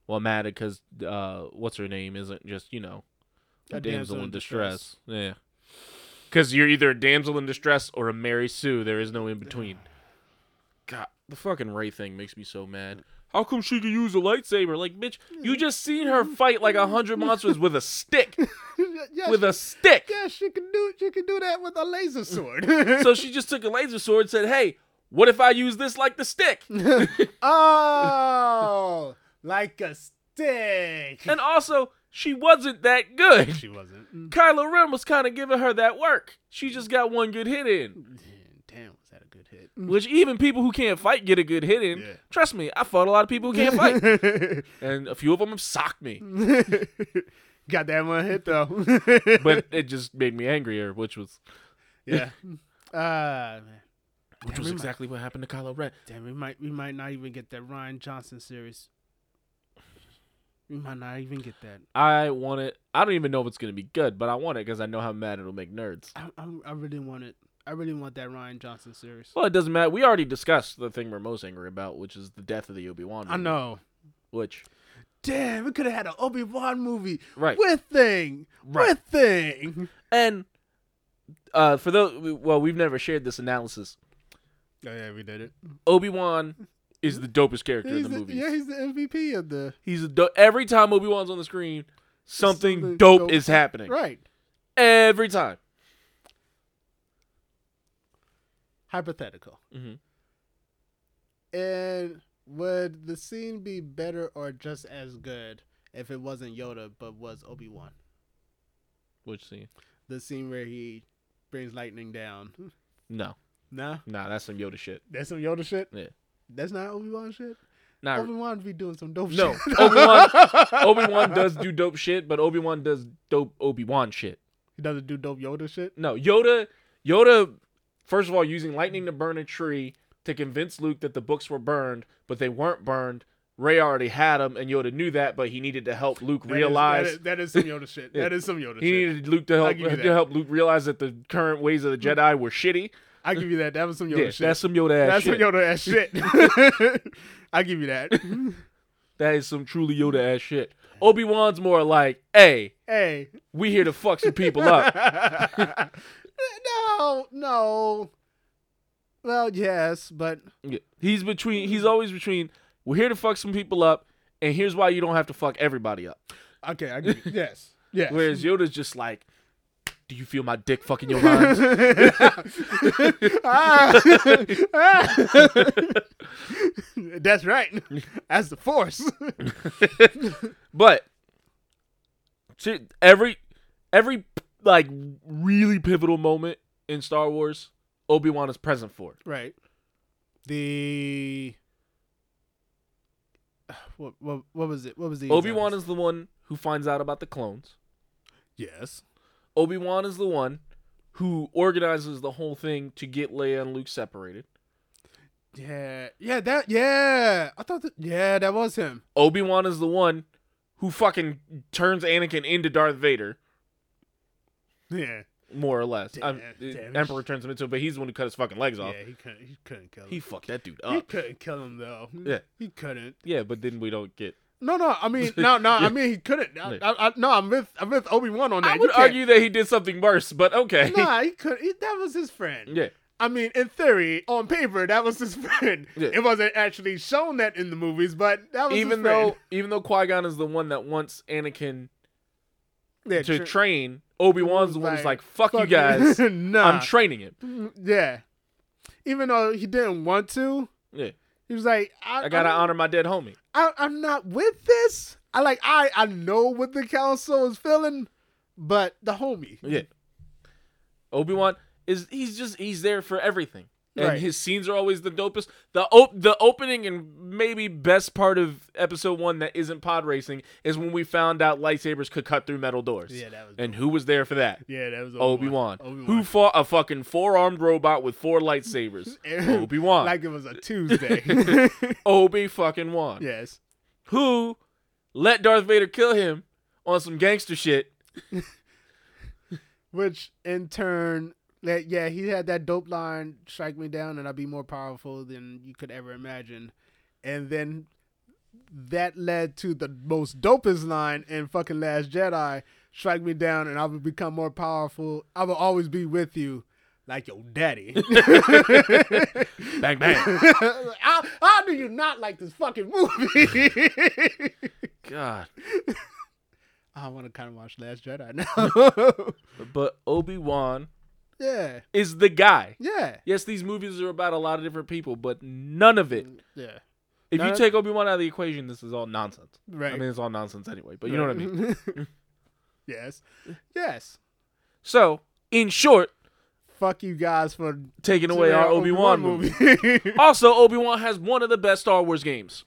Speaker 3: well mad because uh what's her name isn't just you know a, damsel, in distress, yeah because you're either a damsel in distress or a mary sue there is no in between god the fucking ray thing makes me so mad how come she can use a lightsaber like bitch you just seen her fight like a hundred monsters with a stick
Speaker 2: yeah,
Speaker 3: with <laughs>
Speaker 2: she,
Speaker 3: a stick
Speaker 2: yeah, she can do she can do that with a laser sword.
Speaker 3: <laughs> so she just took a laser sword and said hey what if i use this like the stick
Speaker 2: <laughs> oh, like a stick.
Speaker 3: And also, she wasn't that good.
Speaker 2: <laughs> she wasn't. Mm.
Speaker 3: Kylo Ren was kind of giving her that work. She just got one good hit in,
Speaker 2: Damn, was that a good hit?
Speaker 3: which even people who can't fight get a good hit in.
Speaker 2: Yeah.
Speaker 3: Trust me, I fought a lot of people who can't
Speaker 2: <laughs>
Speaker 3: fight, and a few of them have socked me.
Speaker 2: Got that one hit though.
Speaker 3: <laughs> But it just made me angrier, which was
Speaker 2: <laughs> yeah. Uh man.
Speaker 3: which was
Speaker 2: Damn, we might-
Speaker 3: exactly what happened to Kylo Ren.
Speaker 2: Damn, we might we might not even get that Ryan Johnson series. We might not even get that.
Speaker 3: I want it. I don't even know if it's gonna be good, but I want it because I know how mad it'll make nerds.
Speaker 2: I, I I really want it. I really want that Ryan Johnson series.
Speaker 3: Well, it doesn't matter. We already discussed the thing we're most angry about, which is the death of the Obi Wan.
Speaker 2: I know.
Speaker 3: Which
Speaker 2: Damn, we could have had an Obi Wan movie
Speaker 3: right.
Speaker 2: with thing,
Speaker 3: Right.
Speaker 2: with thing.
Speaker 3: And uh, for those, well, we've never shared this analysis.
Speaker 2: Oh <laughs> yeah, we did it.
Speaker 3: Obi Wan is the dopest character
Speaker 2: He's
Speaker 3: in
Speaker 2: the,
Speaker 3: the movies.
Speaker 2: yeah, he's the MVP of the
Speaker 3: He's a do- every time Obi Wan's on the screen, something,
Speaker 2: Something
Speaker 3: dope,
Speaker 2: dope.
Speaker 3: is happening.
Speaker 2: right.
Speaker 3: Every time.
Speaker 2: Hypothetical.
Speaker 3: Mhm.
Speaker 2: Mm-hmm. And would the scene be better or just as good if it wasn't Yoda but was Obi Wan?
Speaker 3: Which scene?
Speaker 2: The scene where he brings lightning down. <laughs>
Speaker 3: No,
Speaker 2: Nah,
Speaker 3: nah, that's some Yoda shit.
Speaker 2: that's some Yoda shit.
Speaker 3: Yeah.
Speaker 2: That's not Obi Wan shit.
Speaker 3: Not
Speaker 2: <laughs> Obi Wan be doing some dope <laughs>
Speaker 3: no.
Speaker 2: shit.
Speaker 3: Obi Wan. Obi Wan does do dope shit, but Obi Wan does dope Obi Wan shit.
Speaker 2: He doesn't do dope Yoda shit.
Speaker 3: No, Yoda. Yoda. First of all, using lightning to burn a tree to convince Luke that the books were burned, but they weren't burned. Ray already had them, and Yoda knew that, but he needed to help Luke
Speaker 2: That is-
Speaker 3: realize.
Speaker 2: that is, that is some Yoda shit.
Speaker 3: <laughs> Yeah.
Speaker 2: That is some Yoda
Speaker 3: he
Speaker 2: shit.
Speaker 3: needed Luke to
Speaker 2: I'll
Speaker 3: help
Speaker 2: give you
Speaker 3: to
Speaker 2: that.
Speaker 3: help Luke realize that the current ways of the Jedi were shitty.
Speaker 2: I give you that. That was some Yoda
Speaker 3: Yeah,
Speaker 2: shit.
Speaker 3: that's some Yoda ass
Speaker 2: That's
Speaker 3: shit.
Speaker 2: some Yoda ass shit.
Speaker 3: <laughs>
Speaker 2: I give you that.
Speaker 3: That is some truly Yoda ass shit. Obi Wan's more like, "Hey,
Speaker 2: hey.
Speaker 3: we here to fuck some people
Speaker 2: <laughs>
Speaker 3: up."
Speaker 2: no, no. Well, yes, but
Speaker 3: Yeah. He's between. He's always between. We're here to fuck some people up, and here's why you don't have to fuck everybody up.
Speaker 2: okay, I give
Speaker 3: <laughs>
Speaker 2: you yes. Yes. <laughs>
Speaker 3: Whereas Yoda's just like, "Do you feel my dick fucking your mind?"
Speaker 2: <laughs>
Speaker 3: <laughs>
Speaker 2: Ah. <laughs> Ah. That's right. That's the force.
Speaker 3: But to every every like really pivotal moment in Star Wars, Obi Wan is present for.
Speaker 2: right. The <sighs> what, what what was it? What was the
Speaker 3: Obi Wan
Speaker 2: examples?
Speaker 3: is the one who finds out about the clones.
Speaker 2: yes.
Speaker 3: Obi Wan is the one who organizes the whole thing to get Leia and Luke separated.
Speaker 2: Yeah. Yeah, that yeah. I thought that yeah, that was him.
Speaker 3: Obi Wan is the one who fucking turns Anakin into Darth Vader,
Speaker 2: Yeah.
Speaker 3: more or less. I'm-
Speaker 2: Damn, damn.
Speaker 3: Emperor turns him into, him, but he's the one who cut his fucking legs off.
Speaker 2: Yeah, he couldn't he couldn't kill him.
Speaker 3: He fucked that dude
Speaker 2: He
Speaker 3: up.
Speaker 2: couldn't kill him though.
Speaker 3: Yeah.
Speaker 2: he couldn't.
Speaker 3: Yeah, but then we don't get.
Speaker 2: No, no.
Speaker 3: <laughs>
Speaker 2: I mean, no, no. I mean, he couldn't. I,
Speaker 3: Yeah.
Speaker 2: I, I, no, I'm with I'm with Obi Wan on that.
Speaker 3: I
Speaker 2: You
Speaker 3: would
Speaker 2: can't-
Speaker 3: argue that he did something worse, but okay.
Speaker 2: <laughs> Nah, he could. He, that was his
Speaker 3: <laughs>
Speaker 2: friend.
Speaker 3: Yeah.
Speaker 2: I mean, in theory, on paper, that was his <laughs> friend.
Speaker 3: Yeah.
Speaker 2: It wasn't actually shown that in the movies, but that was his
Speaker 3: Even
Speaker 2: friend.
Speaker 3: though even though Qui Gon is the one that wants Anakin
Speaker 2: Yeah,
Speaker 3: to
Speaker 2: tr-
Speaker 3: train, Obi Wan's the one who's like, "Fuck, you guys,
Speaker 2: <laughs> nah.
Speaker 3: I'm training him."
Speaker 2: yeah. Even though he didn't want to,
Speaker 3: Yeah,
Speaker 2: he was like, I,
Speaker 3: I gotta
Speaker 2: I'm-
Speaker 3: honor my dead homie.
Speaker 2: I, I'm not with this. I like I I know what the council is feeling, but the homie.
Speaker 3: Yeah, Obi Wan is he's just he's there for everything, and
Speaker 2: Right.
Speaker 3: his scenes are always the dopest. the op- The opening and maybe best part of Episode One that isn't pod racing is when we found out lightsabers could cut through metal doors.
Speaker 2: Yeah, that was
Speaker 3: and who was there for that?
Speaker 2: Yeah, that was
Speaker 3: Obi Wan,
Speaker 2: Obi-Wan.
Speaker 3: who fought a fucking four armed robot with four
Speaker 2: <laughs>
Speaker 3: lightsabers. Obi Wan,
Speaker 2: like it was
Speaker 3: <laughs>
Speaker 2: a Tuesday. <laughs>
Speaker 3: Obi fucking Wan,
Speaker 2: yes.
Speaker 3: who let Darth Vader kill him on some gangster shit.
Speaker 2: Which in turn Like, yeah, he had that dope line, strike me down and I'll be more powerful than you could ever imagine. And then that led to the most dopest line in fucking Last Jedi, strike me down and I will become more powerful. I will always be with you. Like your daddy. <laughs>
Speaker 3: Bang bang.
Speaker 2: how, how do you not like this fucking movie? <laughs>
Speaker 3: God.
Speaker 2: I want to kind of watch Last Jedi now. <laughs>
Speaker 3: But Obi Wan
Speaker 2: yeah,
Speaker 3: is the guy.
Speaker 2: yeah,
Speaker 3: Yes, these movies are about a lot of different people, but none of it.
Speaker 2: yeah.
Speaker 3: If
Speaker 2: None
Speaker 3: you
Speaker 2: of-
Speaker 3: take Obi Wan out of the equation, this is all nonsense.
Speaker 2: Right.
Speaker 3: I mean, it's all nonsense anyway, but you know what I mean.
Speaker 2: <laughs> mean? yes. Yes.
Speaker 3: So, in short,
Speaker 2: Fuck you guys for
Speaker 3: taking away our Obi Wan movie. <laughs> Also, Obi Wan has one of the best Star Wars games.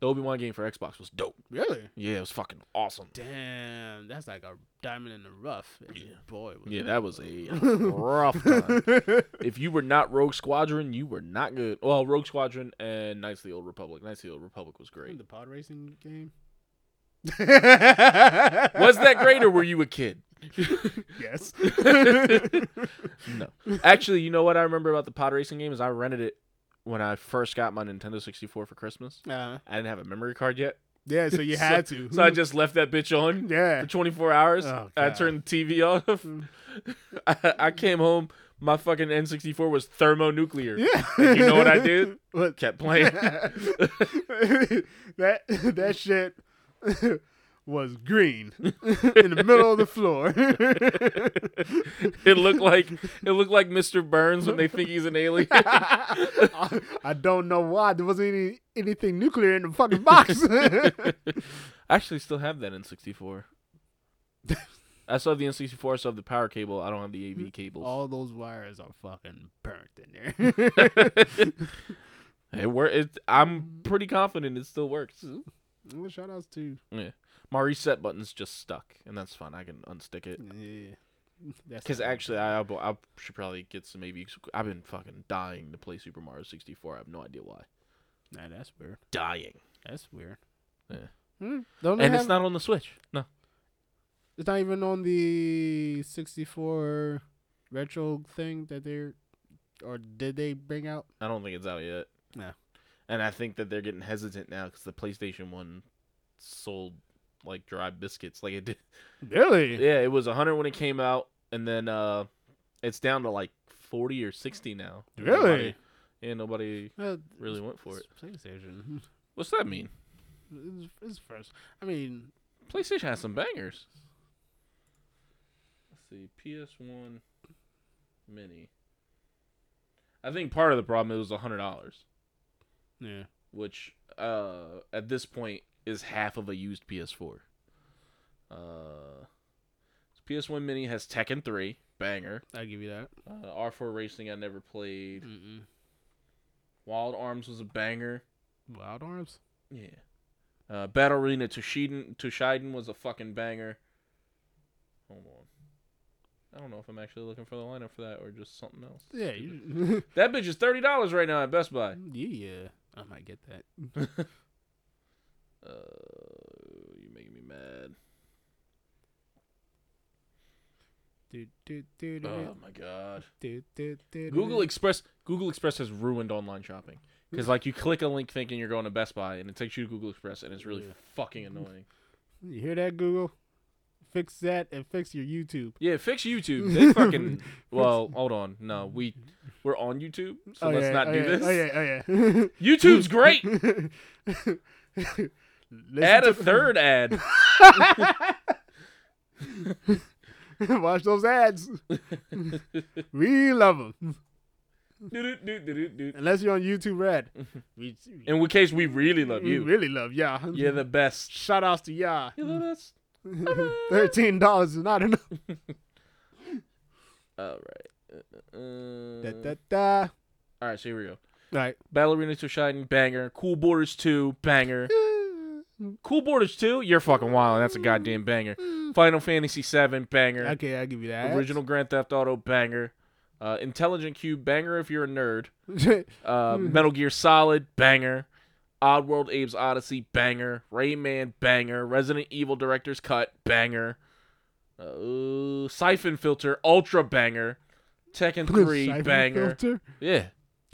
Speaker 3: The Obi Wan game for Xbox was dope.
Speaker 2: really?
Speaker 3: Yeah, it was fucking awesome.
Speaker 2: Damn, that's like a diamond in the rough. Boy.
Speaker 3: Yeah,
Speaker 2: <laughs>
Speaker 3: that was a rough time. If you were not Rogue Squadron, you were not good. Well, Rogue Squadron and Knights of the Old Republic. Knights of the Old Republic was great.
Speaker 2: the pod racing game. was
Speaker 3: <laughs> Was that great or were you a kid? <laughs>
Speaker 2: Yes.
Speaker 3: No. Actually, you know what I remember about the pod racing game is I rented it when I first got my Nintendo 64 for Christmas.
Speaker 2: Uh,
Speaker 3: I didn't have a memory card yet.
Speaker 2: yeah, so you
Speaker 3: So-
Speaker 2: had to. <laughs>
Speaker 3: So I just left that bitch on <laughs>
Speaker 2: yeah.
Speaker 3: for 24 hours.
Speaker 2: Oh,
Speaker 3: I
Speaker 2: God.
Speaker 3: turned the TV off. <laughs> I, I came home. My fucking N64 was thermonuclear.
Speaker 2: Yeah.
Speaker 3: And you know what I did?
Speaker 2: <laughs> What?
Speaker 3: Kept playing. <laughs>
Speaker 2: <laughs> that that shit was green in the middle of the floor. <laughs>
Speaker 3: It looked like it looked like Mr. Burns when they think he's an
Speaker 2: <laughs>
Speaker 3: alien.
Speaker 2: I, I don't know why there wasn't any anything nuclear in the
Speaker 3: <laughs>
Speaker 2: fucking box.
Speaker 3: I actually still have that N64. I still have the N64. I still have the power cable. I don't have the AV cables. <laughs>
Speaker 2: All those wires are fucking burnt in there.
Speaker 3: <laughs> it wor- it, I'm pretty confident it still works.
Speaker 2: well, shout outs to
Speaker 3: My reset button's just stuck, and that's fine. I can unstick it.
Speaker 2: yeah. That's
Speaker 3: Because
Speaker 2: not-
Speaker 3: actually, I, I bo- I should probably get some AV. I've been fucking dying to play Super Mario 64. I have no idea why.
Speaker 2: nah, that's weird.
Speaker 3: Dying.
Speaker 2: That's weird.
Speaker 3: Yeah.
Speaker 2: Hmm, Don't they
Speaker 3: And it's
Speaker 2: have-
Speaker 3: not on the Switch. No.
Speaker 2: It's not even on the 64 retro thing that they're or did they bring out?
Speaker 3: I don't think it's out yet.
Speaker 2: No.
Speaker 3: And I think that they're getting hesitant now because the PlayStation 1 sold like dry biscuits. Like <laughs> it did.
Speaker 2: Really?
Speaker 3: Yeah, it was 100 when it came out, and then uh, it's down to like 40 or 60 now. Nobody-
Speaker 2: Really?
Speaker 3: yeah, nobody
Speaker 2: Well,
Speaker 3: really
Speaker 2: it's-
Speaker 3: went for it.
Speaker 2: it's PlayStation.
Speaker 3: What's that mean?
Speaker 2: It's, it's first. I mean,
Speaker 3: PlayStation has some bangers. Let's see, PS1 Mini. I think part of the problem it was hundred dollars,
Speaker 2: yeah.
Speaker 3: which uh, at this point is half of a used PS4. Uh, PS1 Mini has Tekken 3, banger.
Speaker 2: I'll give you that.
Speaker 3: Uh, R4 Racing I never played.
Speaker 2: Mm-mm.
Speaker 3: Wild Arms was a banger.
Speaker 2: Wild Arms?
Speaker 3: Yeah. Uh, Battle Arena Tushiden Tushiden was a fucking banger. Hold on. I don't know if I'm actually looking for the lineup for that or just something else.
Speaker 2: Yeah. You, <laughs>
Speaker 3: That bitch is thirty dollars right now at Best Buy. <laughs>
Speaker 2: yeah. I might get that.
Speaker 3: uh, you making me mad.
Speaker 2: Do, do, do, do,
Speaker 3: Oh my god.
Speaker 2: do, do, do, do,
Speaker 3: Google
Speaker 2: do.
Speaker 3: Express Google Express has ruined online shopping because like you click a link thinking you're going to Best Buy and it takes you to Google Express and it's really
Speaker 2: Yeah.
Speaker 3: fucking annoying.
Speaker 2: You hear that, Google? Fix that and fix your YouTube.
Speaker 3: Yeah, fix YouTube.
Speaker 2: <laughs>
Speaker 3: They fucking well, hold on. No, we we're on YouTube, so
Speaker 2: Oh,
Speaker 3: let's
Speaker 2: yeah,
Speaker 3: not
Speaker 2: oh,
Speaker 3: do
Speaker 2: yeah,
Speaker 3: this.
Speaker 2: Oh, yeah. Oh, yeah. <laughs>
Speaker 3: YouTube's great.
Speaker 2: Listen
Speaker 3: Add a
Speaker 2: to-
Speaker 3: third
Speaker 2: <laughs>
Speaker 3: ad.
Speaker 2: <laughs> watch
Speaker 3: <laughs>
Speaker 2: those ads. we love them.
Speaker 3: Doo-doo-doo-doo-doo-doo.
Speaker 2: Unless you're on YouTube
Speaker 3: <laughs>
Speaker 2: Red, we,
Speaker 3: In which case, we really love
Speaker 2: we
Speaker 3: you.
Speaker 2: really love y'all.
Speaker 3: You're the best.
Speaker 2: <laughs> Shout outs to y'all. <laughs>
Speaker 3: You're the best.
Speaker 2: Thirteen dollars is not enough.
Speaker 3: All right. Uh, uh,
Speaker 2: Da, da, da. All
Speaker 3: All right, so here we go.
Speaker 2: right.
Speaker 3: Ballerina to Shining, banger. Cool Borders 2, banger. Cool Borders 2, you're fucking wild. That's a
Speaker 2: Mm.
Speaker 3: goddamn banger. Final Fantasy 7, banger.
Speaker 2: Okay, I'll give you that.
Speaker 3: Original
Speaker 2: <laughs>
Speaker 3: Grand Theft Auto, banger. Uh, Intelligent Cube, banger if you're a nerd. Uh,
Speaker 2: Mm-hmm.
Speaker 3: Metal Gear Solid, banger. Oddworld Abe's Odyssey, banger. Rayman, banger. Resident Evil Director's Cut, banger. Uh, siphon filter, ultra banger, Tekken three
Speaker 2: Siphon
Speaker 3: banger.
Speaker 2: filter?
Speaker 3: Yeah,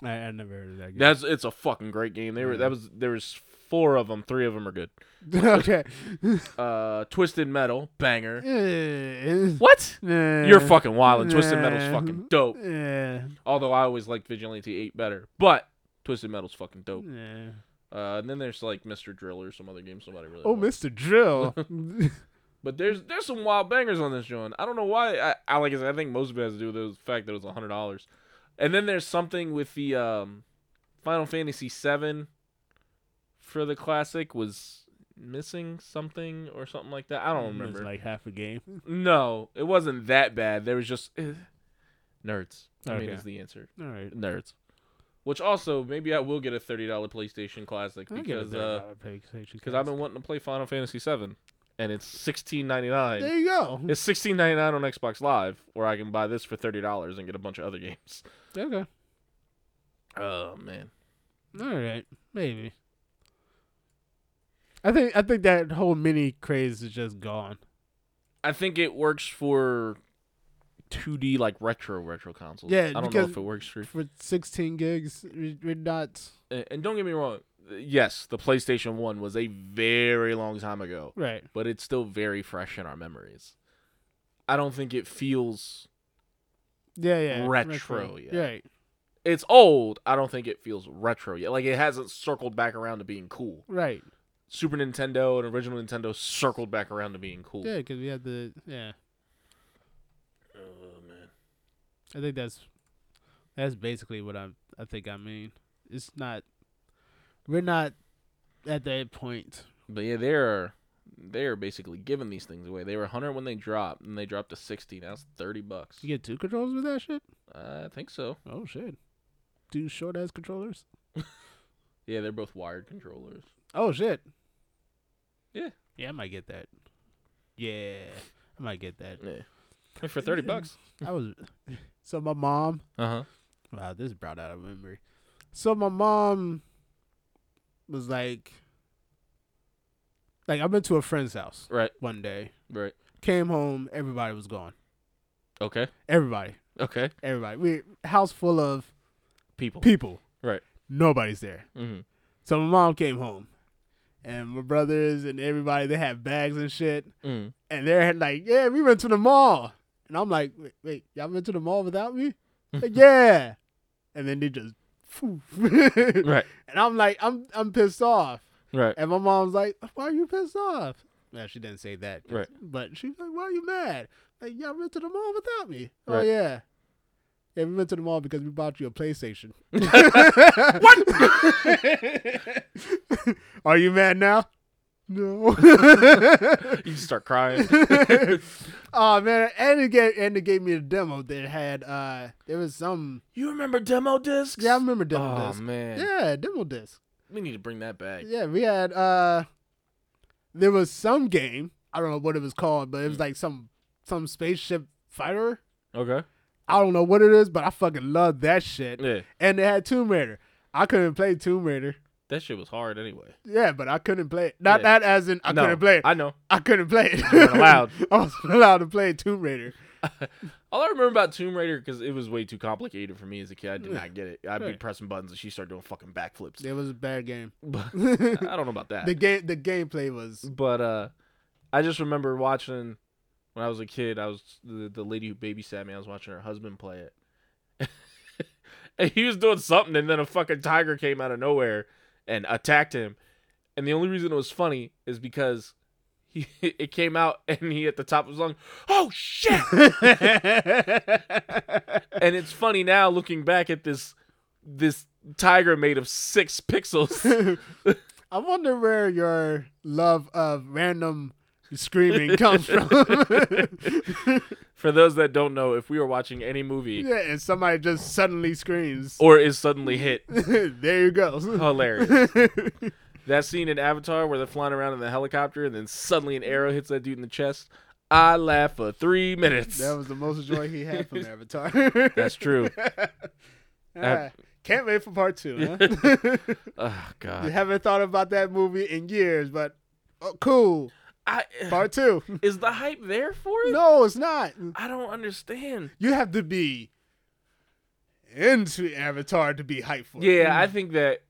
Speaker 2: I, I never heard of that. Game.
Speaker 3: that's it's a fucking great game. They were that was there was four of them. Three of them are good.
Speaker 2: <laughs> okay. <laughs>
Speaker 3: Uh, Twisted Metal banger.
Speaker 2: Eh,
Speaker 3: What?
Speaker 2: eh,
Speaker 3: You're fucking wild, and Twisted
Speaker 2: nah.
Speaker 3: Metal's fucking dope.
Speaker 2: eh,
Speaker 3: Although I always liked Vigilante Eight better, but Twisted Metal's fucking dope.
Speaker 2: eh.
Speaker 3: Uh, and then there's like Mr. Drill or some other game somebody really.
Speaker 2: Oh,
Speaker 3: likes.
Speaker 2: Mr. Drill.
Speaker 3: <laughs>
Speaker 2: <laughs>
Speaker 3: But there's there's some wild bangers on this joint. I don't know why. I, I like I said, I think most of it has to do with the fact that it was hundred dollars. And then there's something with the um, Final Fantasy VII for the classic was missing something or something like that. I don't
Speaker 2: It was
Speaker 3: remember.
Speaker 2: Mm, like half a game. <laughs>
Speaker 3: no, it wasn't that bad. There was just eh, nerds. I mean,
Speaker 2: Okay.
Speaker 3: is the answer
Speaker 2: All right.
Speaker 3: nerds. Which also maybe I will get a thirty dollar PlayStation Classic because uh because I've been wanting to play Final Fantasy VII and it's sixteen ninety nine.
Speaker 2: There you
Speaker 3: <laughs>
Speaker 2: go.
Speaker 3: It's sixteen ninety nine on Xbox Live, or I can buy this for thirty dollars and get a bunch of other games.
Speaker 2: Okay.
Speaker 3: Oh man,
Speaker 2: All right. Maybe. I think I think that whole mini craze is just gone.
Speaker 3: I think it works for two D like retro retro consoles.
Speaker 2: Yeah,
Speaker 3: I don't know
Speaker 2: because-
Speaker 3: if it works for.
Speaker 2: For 16 gigs, we- we're not
Speaker 3: And and don't get me wrong. Yes, the PlayStation One was a very long time ago,
Speaker 2: right.
Speaker 3: but it's still very fresh in our memories. I don't think it feels.
Speaker 2: Yeah, yeah.
Speaker 3: Retro, yeah.
Speaker 2: Right.
Speaker 3: It's old. I don't think it feels retro yet. Like it hasn't circled back around to being cool.
Speaker 2: Right.
Speaker 3: Super Nintendo and original Nintendo circled back around to being cool.
Speaker 2: Yeah, because we had the yeah.
Speaker 3: Oh man.
Speaker 2: I think that's that's basically what I I think I mean. It's not we're not at that point.
Speaker 3: But yeah, they are they are basically giving these things away. They were 100 when they dropped, and they dropped to 60. Now it's 30 bucks.
Speaker 2: You get two controllers with that shit?
Speaker 3: I think so.
Speaker 2: Oh shit. Two short ass controllers?
Speaker 3: Yeah, they're both wired controllers.
Speaker 2: Oh shit.
Speaker 3: Yeah.
Speaker 2: Yeah, I might get that. Yeah. I might
Speaker 3: <laughs>
Speaker 2: get that.
Speaker 3: Yeah. For 30 bucks.
Speaker 2: I was so my mom
Speaker 3: Uh huh.
Speaker 2: Wow, this brought out a memory. So my mom was like like I went to a friend's house
Speaker 3: Right.
Speaker 2: one day.
Speaker 3: Right.
Speaker 2: Came home, everybody was gone.
Speaker 3: Okay.
Speaker 2: Everybody.
Speaker 3: Okay.
Speaker 2: Everybody. We house full of
Speaker 3: People.
Speaker 2: people.
Speaker 3: Right.
Speaker 2: Nobody's there. <laughs>
Speaker 3: Mm-hmm.
Speaker 2: So my mom came home. And my brothers and everybody, they had bags and shit.
Speaker 3: Mm.
Speaker 2: And they're like, Yeah, we went to the mall. And I'm like, Wait, wait y'all went to the mall without me? Like, yeah. And then they just <laughs>
Speaker 3: Right.
Speaker 2: And I'm like, I'm I'm pissed off.
Speaker 3: Right.
Speaker 2: And my mom's like, Why are you pissed off? Well, she didn't say that. 'cause-
Speaker 3: Right.
Speaker 2: But she's like, Why are you mad? Like, y'all went to the mall without me. Oh
Speaker 3: Right.
Speaker 2: yeah. Yeah, we went to the mall because we bought you
Speaker 3: <laughs>
Speaker 2: a PlayStation.
Speaker 3: <laughs>
Speaker 2: what? are you mad now? No.
Speaker 3: You just start crying.
Speaker 2: <laughs> oh man, and it gave and it gave me a demo that had uh there was some
Speaker 3: <laughs> you remember demo discs?
Speaker 2: yeah I remember demo
Speaker 3: Oh
Speaker 2: disc
Speaker 3: man.
Speaker 2: yeah demo disc
Speaker 3: We need to bring that back.
Speaker 2: Yeah, we had uh there was some game, I don't know what it was called, but it was
Speaker 3: Hmm.
Speaker 2: like some some spaceship fighter.
Speaker 3: Okay.
Speaker 2: I don't know what it is, but I fucking love that shit.
Speaker 3: Yeah.
Speaker 2: And they had Tomb Raider. I couldn't play Tomb Raider.
Speaker 3: That shit was hard anyway.
Speaker 2: Yeah, but I couldn't play it. Not
Speaker 3: Yeah.
Speaker 2: that as in I
Speaker 3: No,
Speaker 2: couldn't play it. I,
Speaker 3: I know.
Speaker 2: couldn't play
Speaker 3: <laughs>
Speaker 2: it.
Speaker 3: weren't allowed.
Speaker 2: <laughs> I wasn't allowed to play Tomb Raider.
Speaker 3: All I remember about Tomb Raider because it was way too complicated for me as a kid. I did not get it. I'd be
Speaker 2: Right.
Speaker 3: pressing buttons and she started doing fucking backflips.
Speaker 2: It was a bad game.
Speaker 3: <laughs> But-
Speaker 2: <laughs> the
Speaker 3: <laughs> I don't know about that.
Speaker 2: <laughs> game the gameplay <laughs> was
Speaker 3: but uh, I just remember watching when I was a kid. I was the, the lady who babysat me. I was watching her husband play it, <laughs> and he was doing something, and then a fucking tiger came out of nowhere and attacked him. And the only reason it was funny is because he <laughs> it came out and he at the top was like, "Oh shit!" and it's funny now looking back at this this tiger made of six pixels.
Speaker 2: <laughs> I wonder where your love of random screaming
Speaker 3: <laughs>
Speaker 2: comes from. <laughs>
Speaker 3: For those that don't know, if we were watching any movie
Speaker 2: yeah, and somebody just suddenly screams.
Speaker 3: or is suddenly hit,
Speaker 2: <laughs> there you go.
Speaker 3: hilarious. that scene in Avatar where they're flying around in the helicopter and then suddenly an arrow hits that dude in the chest. I laugh for three minutes.
Speaker 2: <laughs> that was the most joy he had
Speaker 3: <laughs>
Speaker 2: from Avatar.
Speaker 3: That's true.
Speaker 2: <laughs> Ah, Can't wait for part two. Huh? <laughs>
Speaker 3: oh <laughs>
Speaker 2: you
Speaker 3: god.
Speaker 2: haven't thought about that movie in years, but oh, cool.
Speaker 3: I
Speaker 2: Part two. <laughs>
Speaker 3: is the hype there for it?
Speaker 2: No, it's not.
Speaker 3: I don't understand.
Speaker 2: You have to be into Avatar to be hyped for. it.
Speaker 3: Yeah, I think that.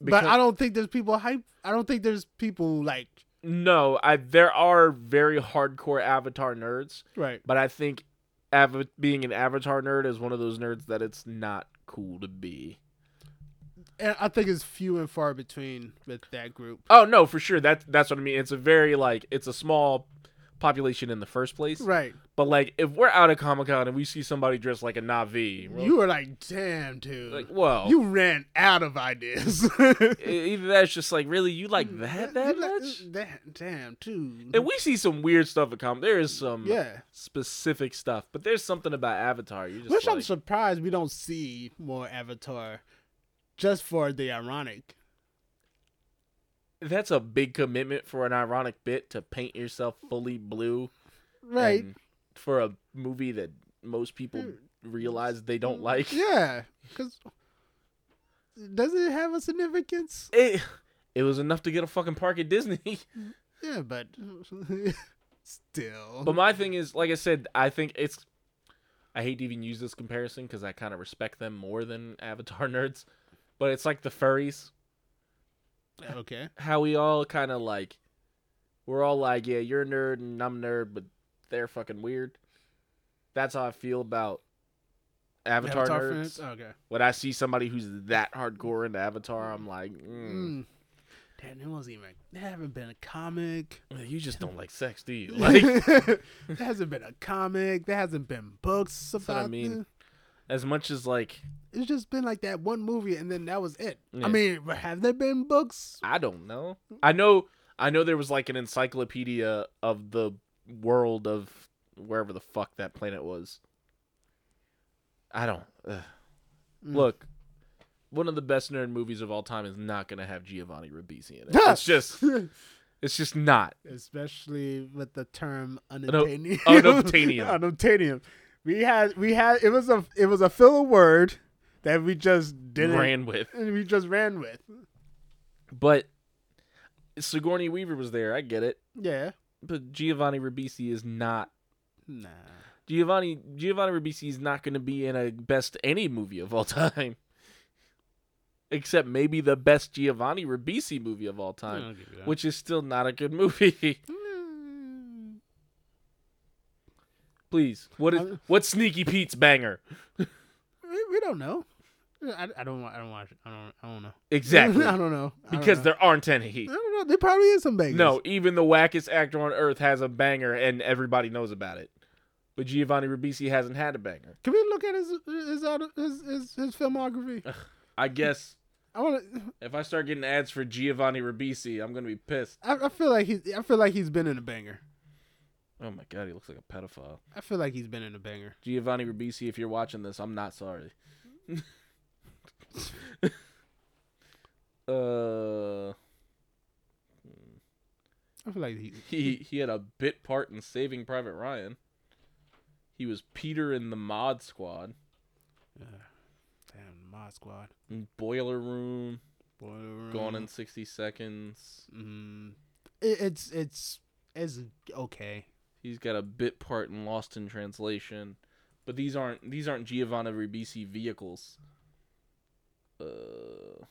Speaker 2: but I don't think there's people hype. I don't think there's people like
Speaker 3: No, I there are very hardcore Avatar nerds,
Speaker 2: right.
Speaker 3: but I think av- being an Avatar nerd is one of those nerds that it's not cool to be.
Speaker 2: And I think it's few and far between with that group.
Speaker 3: Oh no, for sure. That's that's what I mean. It's a very like it's a small population in the first place.
Speaker 2: Right.
Speaker 3: But like if we're out at Comic Con and we see somebody dressed like a Navi, we're
Speaker 2: You were like, damn, dude.
Speaker 3: like well,
Speaker 2: you ran out of ideas. <laughs>
Speaker 3: e- either that's just like really you like that that
Speaker 2: Mm, You like- mm,
Speaker 3: much.
Speaker 2: that- damn, dude.
Speaker 3: And we see some weird stuff at Comic. There is some
Speaker 2: yeah.
Speaker 3: specific stuff, but there's something about Avatar. You just
Speaker 2: Which I'm
Speaker 3: like-
Speaker 2: surprised we don't see more Avatar just for the ironic.
Speaker 3: that's a big commitment for an ironic bit to paint yourself fully blue
Speaker 2: Right. Hmm.
Speaker 3: and for a movie that most people realize they don't like
Speaker 2: Yeah. Because does it have a significance?
Speaker 3: it, it was enough to get a fucking park at disney <laughs>
Speaker 2: Yeah, but <laughs> still.
Speaker 3: but my thing is like i said i think it's i hate to even use this comparison because i kind of respect them more than avatar <laughs> nerds but it's like the furries
Speaker 2: okay.
Speaker 3: how we all kind of like we're all like yeah you're a nerd and i'm a nerd but they're fucking weird that's how i feel about avatar, nerds
Speaker 2: fans? Okay.
Speaker 3: when I see somebody who's that hardcore into Avatar, I'm like, mm,
Speaker 2: Mm. Damn, it wasn't even. There haven't been a comic.
Speaker 3: you just don't like sex, do <laughs> you?
Speaker 2: <laughs> Like,
Speaker 3: Like,
Speaker 2: there hasn't been a comic. There hasn't been books about.
Speaker 3: what I mean.
Speaker 2: it.
Speaker 3: as much as like,
Speaker 2: It's just been like that one movie, and then that was it.
Speaker 3: Yeah.
Speaker 2: I mean, but have there been books?
Speaker 3: I don't know. I know, I know there was like an encyclopedia of the world of wherever the fuck that planet was. I don't. ugh.
Speaker 2: Mm.
Speaker 3: Look, one of the best nerd movies of all time is not gonna have Giovanni Ribisi
Speaker 2: <laughs>
Speaker 3: in it. it's just, it's just not.
Speaker 2: especially with the term
Speaker 3: ob-
Speaker 2: unobtainium.
Speaker 3: unobtainium.
Speaker 2: <laughs> unobtainium. We had we had it was a it was a filler word that we just didn't
Speaker 3: Ran with.
Speaker 2: and we just ran with.
Speaker 3: But Sigourney Weaver was there. I get it.
Speaker 2: Yeah.
Speaker 3: But Giovanni Ribisi is not
Speaker 2: Nah.
Speaker 3: Giovanni Giovanni Ribisi is not going to be in a best any movie of all time, <laughs> except maybe the best Giovanni Ribisi movie of all time, Uh, which is still not a good movie. <laughs>
Speaker 2: Mm.
Speaker 3: Please, what is
Speaker 2: I'm-
Speaker 3: what's Sneaky Pete's banger?
Speaker 2: we, we don't know. I, I don't want I don't watch I don't I don't know.
Speaker 3: Exactly,
Speaker 2: <laughs> I don't know. I don't
Speaker 3: because
Speaker 2: know.
Speaker 3: there aren't any.
Speaker 2: I don't know. There probably is some bangers.
Speaker 3: No, even the wackest actor on earth has a banger, and everybody knows about it. But Giovanni Ribisi hasn't had a banger.
Speaker 2: Can we look at his his auto- his his, his filmography?
Speaker 3: I guess
Speaker 2: I want to.
Speaker 3: if I start getting ads for Giovanni Ribisi, I'm gonna be pissed.
Speaker 2: I, I feel like he. I feel like he's been in a banger.
Speaker 3: Oh my god, he looks like a pedophile.
Speaker 2: I feel like he's been in a banger.
Speaker 3: Giovanni Ribisi, if you're watching this, I'm not sorry. <laughs> uh,
Speaker 2: I feel like he.
Speaker 3: he he had a bit part in Saving Private Ryan. He was Peter in the Mod Squad,
Speaker 2: Uh, damn, Mod Squad.
Speaker 3: in Boiler Room,
Speaker 2: Boiler Room.
Speaker 3: Gone in 60 Seconds.
Speaker 2: Mm, it, it's it's it's okay.
Speaker 3: He's got a bit part in Lost in Translation, but these aren't these aren't Giovanni Ribisi vehicles. Uh,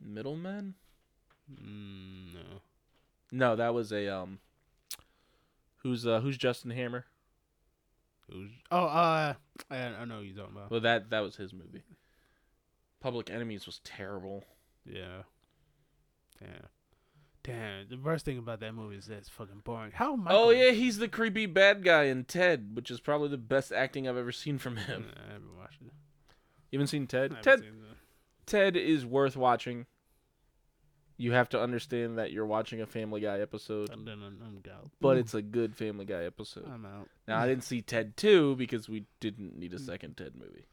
Speaker 3: Middlemen.
Speaker 2: Mm, no.
Speaker 3: No, that was a um. Who's uh who's Justin Hammer?
Speaker 2: Who's? Oh, uh, I, I know who you're talking about.
Speaker 3: Well, that that was his movie. Public Enemies was terrible.
Speaker 2: Yeah. Damn. Damn. The worst thing about that movie is that it's fucking boring. How am I?
Speaker 3: Oh yeah, he's the creepy bad guy in Ted, which is probably the best acting I've ever seen from
Speaker 2: I
Speaker 3: him.
Speaker 2: haven't watched it.
Speaker 3: You haven't seen
Speaker 2: I
Speaker 3: Ted?
Speaker 2: haven't
Speaker 3: Ted
Speaker 2: seen it.
Speaker 3: Ted is worth watching. You have to understand that you're watching a Family Guy episode,
Speaker 2: I'm done. I'm, I'm out.
Speaker 3: but it's a good Family Guy episode.
Speaker 2: I'm out.
Speaker 3: Now I didn't see Ted two because we didn't need a second Ted movie.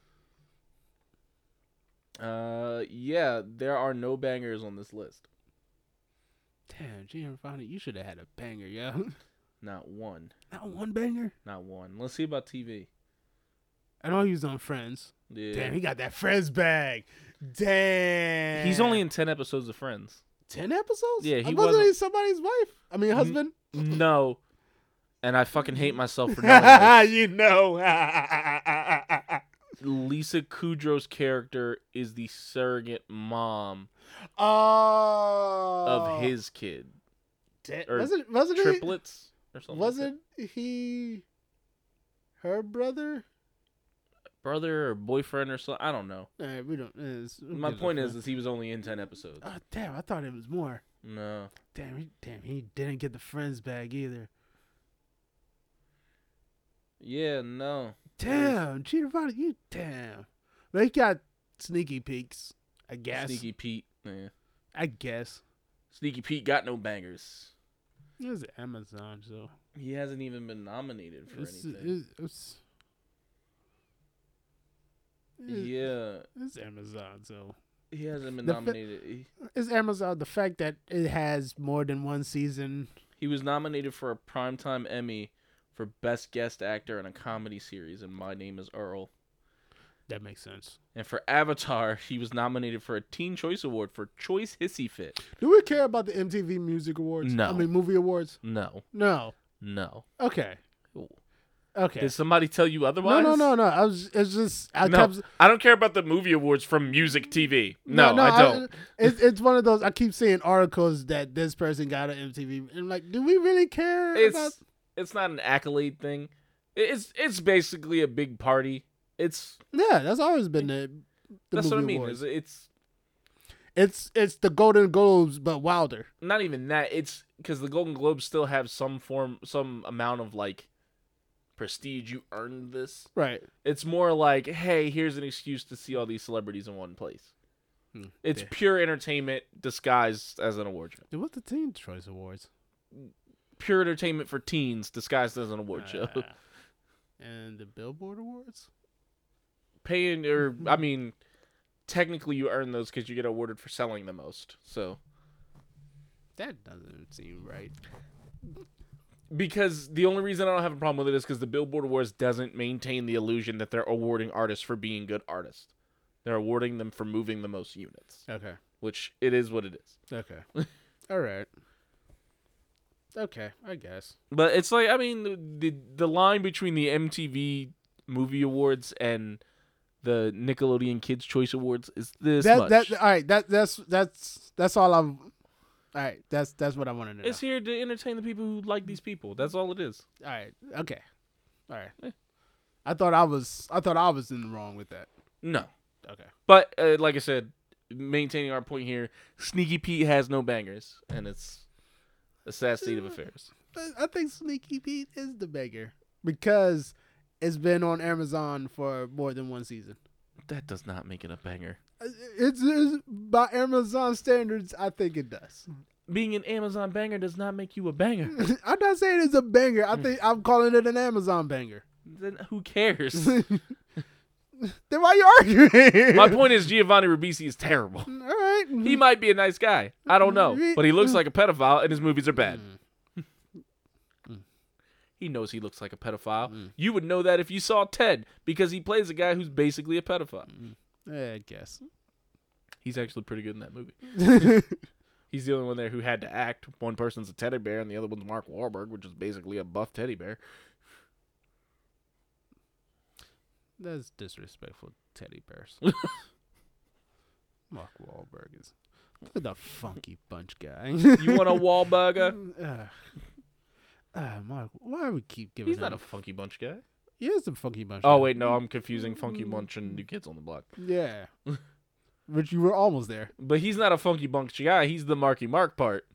Speaker 3: Uh, yeah, there are no bangers on this list.
Speaker 2: Damn, Giovanni, you should have had a banger, yo. <laughs>
Speaker 3: Not one.
Speaker 2: Not one banger.
Speaker 3: Not one. Let's see about TV.
Speaker 2: I know he was on Friends.
Speaker 3: Yeah.
Speaker 2: Damn, he got that Friends bag. Damn.
Speaker 3: He's only in ten episodes of Friends.
Speaker 2: ten episodes.
Speaker 3: Yeah, he
Speaker 2: he wasn't,
Speaker 3: wasn't-
Speaker 2: he somebody's wife. I mean, husband.
Speaker 3: No. And I fucking hate myself Mm, for knowing this.
Speaker 2: <laughs> you know.
Speaker 3: Lisa Kudrow's character is the surrogate mom
Speaker 2: Oh.
Speaker 3: of his kid.
Speaker 2: da-
Speaker 3: or
Speaker 2: wasn't wasn't
Speaker 3: Triplets or
Speaker 2: he
Speaker 3: something. like that.
Speaker 2: wasn't he her brother?
Speaker 3: brother or boyfriend or something. I don't know.
Speaker 2: Eh, we don't. eh, it's- who
Speaker 3: My
Speaker 2: gives a
Speaker 3: point is,
Speaker 2: fuck?
Speaker 3: is he was only in ten episodes.
Speaker 2: oh, damn! I thought it was more.
Speaker 3: No.
Speaker 2: Damn, he, damn, he didn't get the friends bag either.
Speaker 3: Yeah, no.
Speaker 2: Damn, Giovanni, you damn. They got sneaky peeks, I guess.
Speaker 3: Sneaky Pete. Yeah.
Speaker 2: I guess.
Speaker 3: Sneaky Pete got no bangers.
Speaker 2: It was Amazon, so
Speaker 3: He hasn't even been nominated for
Speaker 2: it's,
Speaker 3: anything.
Speaker 2: it's, it's, it's-
Speaker 3: yeah,
Speaker 2: it's Amazon, so
Speaker 3: he hasn't been
Speaker 2: The fa-
Speaker 3: nominated. He-
Speaker 2: it's Amazon. The fact that it has more than one season,
Speaker 3: He was nominated for a primetime Emmy for Best Guest Actor in a Comedy Series in My Name is Earl.
Speaker 2: that makes sense.
Speaker 3: And for Avatar, he was nominated for a Teen Choice Award for Choice Hissy Fit.
Speaker 2: Do we care about the MTV Music Awards? I
Speaker 3: No.
Speaker 2: mean movie awards.
Speaker 3: No,
Speaker 2: No.
Speaker 3: no.
Speaker 2: Okay.
Speaker 3: Ooh.
Speaker 2: Okay.
Speaker 3: Did somebody tell you
Speaker 2: no,
Speaker 3: otherwise?
Speaker 2: no, no, no. I was. It's just. I
Speaker 3: No,
Speaker 2: kept.
Speaker 3: I don't care about the movie awards from music TV. No, I don't.
Speaker 2: it's, it's one of those. I keep seeing articles that this person got an MTV. And like, do we really care? about-
Speaker 3: it's it's not an accolade thing. It's it's basically a big party. It's
Speaker 2: yeah, that's always been the. the
Speaker 3: that's
Speaker 2: movie
Speaker 3: what I mean.
Speaker 2: awards.
Speaker 3: It's, it's
Speaker 2: It's it's the Golden Globes, but wilder.
Speaker 3: not even that. It's because the Golden Globes still have some form, some amount of like prestige. You earned this.
Speaker 2: Right.
Speaker 3: It's more like, hey, here's an excuse to see all these celebrities in one place.
Speaker 2: Hmm.
Speaker 3: It's
Speaker 2: Yeah.
Speaker 3: pure entertainment disguised as an award show.
Speaker 2: It was the Teen Choice Awards.
Speaker 3: Pure entertainment for teens disguised as an award show.
Speaker 2: Uh, and the Billboard Awards.
Speaker 3: <laughs> Paying or I mean, technically you earn those because you get awarded for selling the most. So
Speaker 2: That doesn't seem right.
Speaker 3: because the only reason I don't have a problem with it is because the Billboard Awards doesn't maintain the illusion that they're awarding artists for being good artists. They're awarding them for moving the most units,
Speaker 2: Okay.
Speaker 3: which it is what it is.
Speaker 2: Okay. <laughs> All right. Okay, I guess.
Speaker 3: But it's like I mean the the, the line between the MTV Movie Awards and the Nickelodeon Kids Choice Awards is this
Speaker 2: that
Speaker 3: much.
Speaker 2: that all right. That that's that's that's all I'm. All right. That's that's what I wanted to know.
Speaker 3: it's here to entertain the people who like these people. That's all it is.
Speaker 2: All right. Okay. All right.
Speaker 3: Eh.
Speaker 2: I thought I was I thought I was in the wrong with that.
Speaker 3: No,
Speaker 2: Okay.
Speaker 3: but uh, like I said, maintaining our point here, Sneaky Pete has no bangers, and it's a sad state of affairs.
Speaker 2: But I think Sneaky Pete is the beggar because it's been on Amazon for more than one season. Uh,
Speaker 3: That does not make it a banger.
Speaker 2: It's, it's by Amazon standards, I think it does.
Speaker 3: Being an Amazon banger does not make you a banger.
Speaker 2: <laughs> I'm not saying it's a banger. I think I'm calling it an Amazon banger. <laughs>
Speaker 3: then who <laughs> cares?
Speaker 2: then why you arguing?
Speaker 3: My point is Giovanni Ribisi is terrible.
Speaker 2: <laughs> All right.
Speaker 3: He might be a nice guy. I don't know. But he looks like a pedophile and his movies are bad. Mm. <laughs> He knows he looks like a pedophile. You would know that if you saw Ted because he plays a guy who's basically a pedophile.
Speaker 2: Yeah, I
Speaker 3: <laughs>
Speaker 2: guess.
Speaker 3: He's actually pretty good in that movie. He's the only one there who had to act. One person's a teddy bear and the other one's Mark Wahlberg, which is basically a buff teddy bear.
Speaker 2: That's disrespectful, teddy bears. <laughs> Mark Wahlberg is the funky bunch guy.
Speaker 3: You want a <laughs> Wahlburger?
Speaker 2: Mm, Ugh. Ah, Mark, why do we keep giving
Speaker 3: He's
Speaker 2: him?
Speaker 3: not a funky bunch guy.
Speaker 2: he is a funky bunch.
Speaker 3: Oh
Speaker 2: guy.
Speaker 3: wait, no, I'm confusing Funky Bunch and New Kids on the Block. <laughs>
Speaker 2: yeah. but you were almost there.
Speaker 3: But he's not a Funky Bunch guy. He's the Marky Mark part.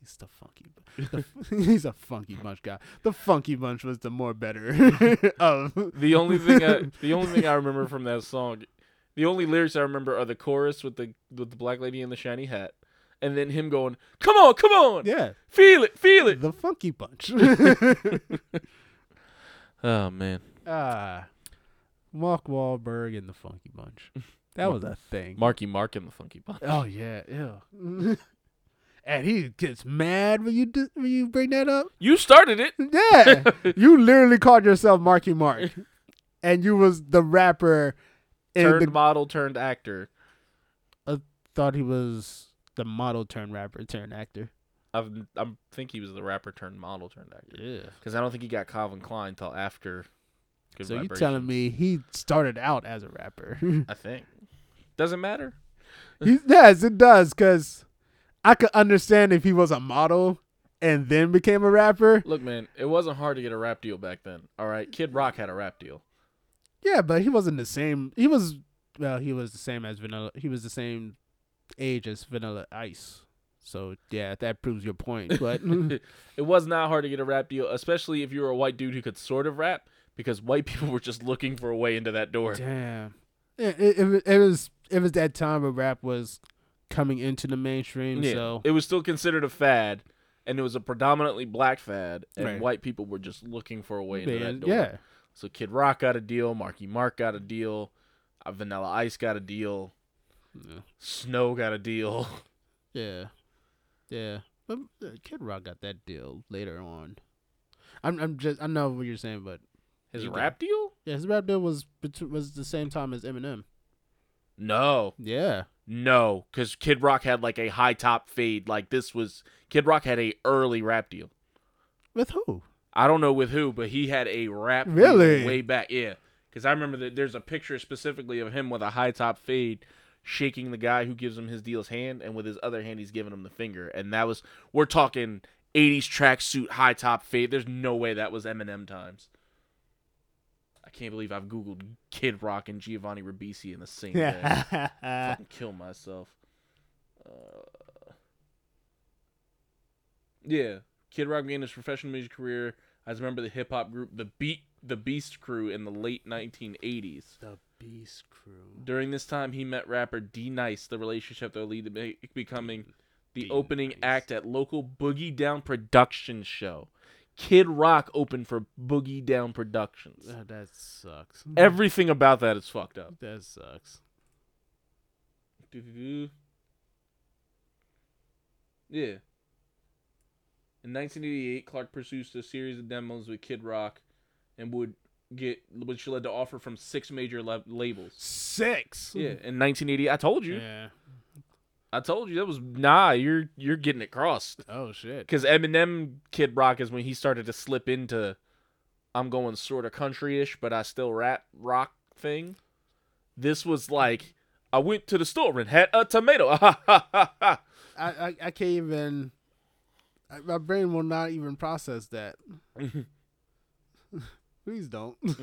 Speaker 2: He's the funky. Bu- the f- <laughs> he's a funky bunch guy. The funky bunch was the more better <laughs> of.
Speaker 3: The only thing
Speaker 2: <laughs>
Speaker 3: I, the only thing I remember from that song, the only lyrics I remember are the chorus with the with the black lady in the shiny hat, and then him going, "Come on, come on,
Speaker 2: Yeah,
Speaker 3: feel it, feel it."
Speaker 2: the
Speaker 3: <laughs>
Speaker 2: funky bunch. <laughs>
Speaker 3: Oh man,
Speaker 2: Ah, Mark Wahlberg and the funky bunch. That was a thing.
Speaker 3: Marky Mark and the Funky Bunch.
Speaker 2: Oh yeah, ew. <laughs> and he gets mad when you do, when you bring that up.
Speaker 3: <laughs> You started it.
Speaker 2: <laughs> Yeah, you literally called yourself Marky Mark, and you was the rapper. And
Speaker 3: Turned
Speaker 2: the,
Speaker 3: model, turned actor.
Speaker 2: thought he was the model turned rapper turned actor.
Speaker 3: I've, I think he was the rapper turned model turned actor.
Speaker 2: Yeah.
Speaker 3: Because I don't think he got Calvin Klein till after. Good
Speaker 2: so you
Speaker 3: Vibrations,
Speaker 2: telling me he started out as a <laughs> rapper?
Speaker 3: I think. Doesn't matter.
Speaker 2: He- yes, it does. Cause I could understand if he was a model and then became a rapper.
Speaker 3: Look, man, it wasn't hard to get a rap deal back then. All right, Kid Rock had a rap deal.
Speaker 2: Yeah, but he wasn't the same. He was well, he was the same as Vanilla. He was the same age as Vanilla Ice. So yeah, that proves your point. <laughs> But
Speaker 3: <laughs> it was not hard to get a rap deal, especially if you were a white dude who could sort of rap, because white <laughs> people were just looking for a way into that door.
Speaker 2: damn, it, it, it was- it was it was that time where rap was coming into the mainstream.
Speaker 3: Yeah,
Speaker 2: So
Speaker 3: it was still considered a fad, and it was a predominantly black fad, and
Speaker 2: Right.
Speaker 3: white people were just looking for a way into
Speaker 2: man,
Speaker 3: that door.
Speaker 2: yeah,
Speaker 3: So Kid Rock got a deal, Marky Mark got a deal, uh, Vanilla Ice got a deal,
Speaker 2: Yeah.
Speaker 3: Snow got a
Speaker 2: <laughs>
Speaker 3: deal.
Speaker 2: yeah, yeah. But uh, Kid Rock got that deal later on. I'm I'm just I know what you're saying, but
Speaker 3: His
Speaker 2: He did.
Speaker 3: rap deal?
Speaker 2: yeah, his rap deal was bet- was the same time as Eminem.
Speaker 3: No.
Speaker 2: Yeah.
Speaker 3: No, because Kid Rock had like a high top fade. Like this was Kid Rock had a early rap deal.
Speaker 2: With who?
Speaker 3: I don't know with who, but he had a rap deal
Speaker 2: Really?
Speaker 3: way back. Yeah, because I remember that there's a picture specifically of him with a high top fade, shaking the guy who gives him his deal's hand, and with his other hand he's giving him the finger. And that was we're talking 80s tracksuit high top fade. There's no way that was Eminem times. I can't believe I've googled Kid Rock and Giovanni Ribisi in the same day
Speaker 2: <laughs> Yeah.
Speaker 3: fucking kill myself. Uh, yeah, Kid Rock began his professional music career. I just remember the hip hop group, the Beat, the Beast Crew, in the late 1980s.
Speaker 2: The Beast Crew.
Speaker 3: During this time, he met rapper D Nice. The relationship that would lead to be- becoming the
Speaker 2: D.
Speaker 3: opening
Speaker 2: Nice.
Speaker 3: act at local Boogie Down Productions show. Kid Rock opened for Boogie Down Productions.
Speaker 2: Uh, that sucks.
Speaker 3: Everything about that is fucked up.
Speaker 2: that sucks.
Speaker 3: Doo-doo-doo. Yeah. In 1988, Clark produced a series of demos with Kid Rock, and would get which led to offer from six major lab- labels.
Speaker 2: Six.
Speaker 3: Yeah, in 1980, I told you,
Speaker 2: Yeah.
Speaker 3: I told you that was nah. You're you're getting it crossed
Speaker 2: Oh shit.
Speaker 3: because Eminem, Kid Rock is when he started to slip into, I'm going sort of country-ish, but I still rap rock thing. This was like I went to the store and had a tomato. <laughs> Ha ha ha ha.
Speaker 2: I I, I can't even. I, my brain will not even process that. Please don't. <laughs>
Speaker 3: <laughs>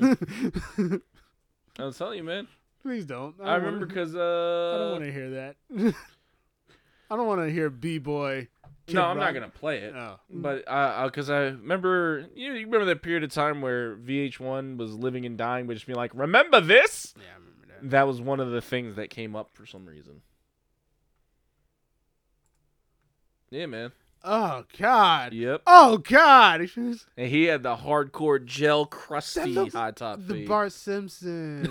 Speaker 3: I'm telling you, man.
Speaker 2: Please don't.
Speaker 3: I,
Speaker 2: don't
Speaker 3: remember
Speaker 2: Wanna,
Speaker 3: because
Speaker 2: I don't
Speaker 3: uh,
Speaker 2: want to
Speaker 3: <laughs>
Speaker 2: hear that. I don't want to hear b boy.
Speaker 3: no, I'm not gonna play it.
Speaker 2: Oh.
Speaker 3: But I, because I remember, you know, you remember that period of time where VH1 was living and dying, but just being like, "Remember this?"
Speaker 2: Yeah, I remember that.
Speaker 3: That was one of the things that came up for some reason. Yeah, man.
Speaker 2: Oh god.
Speaker 3: Yep.
Speaker 2: Oh god. <laughs> It's just-
Speaker 3: And he had the hardcore gel crusty
Speaker 2: looks-
Speaker 3: high top
Speaker 2: The
Speaker 3: fade. <laughs> Ah!
Speaker 2: Bart Simpson.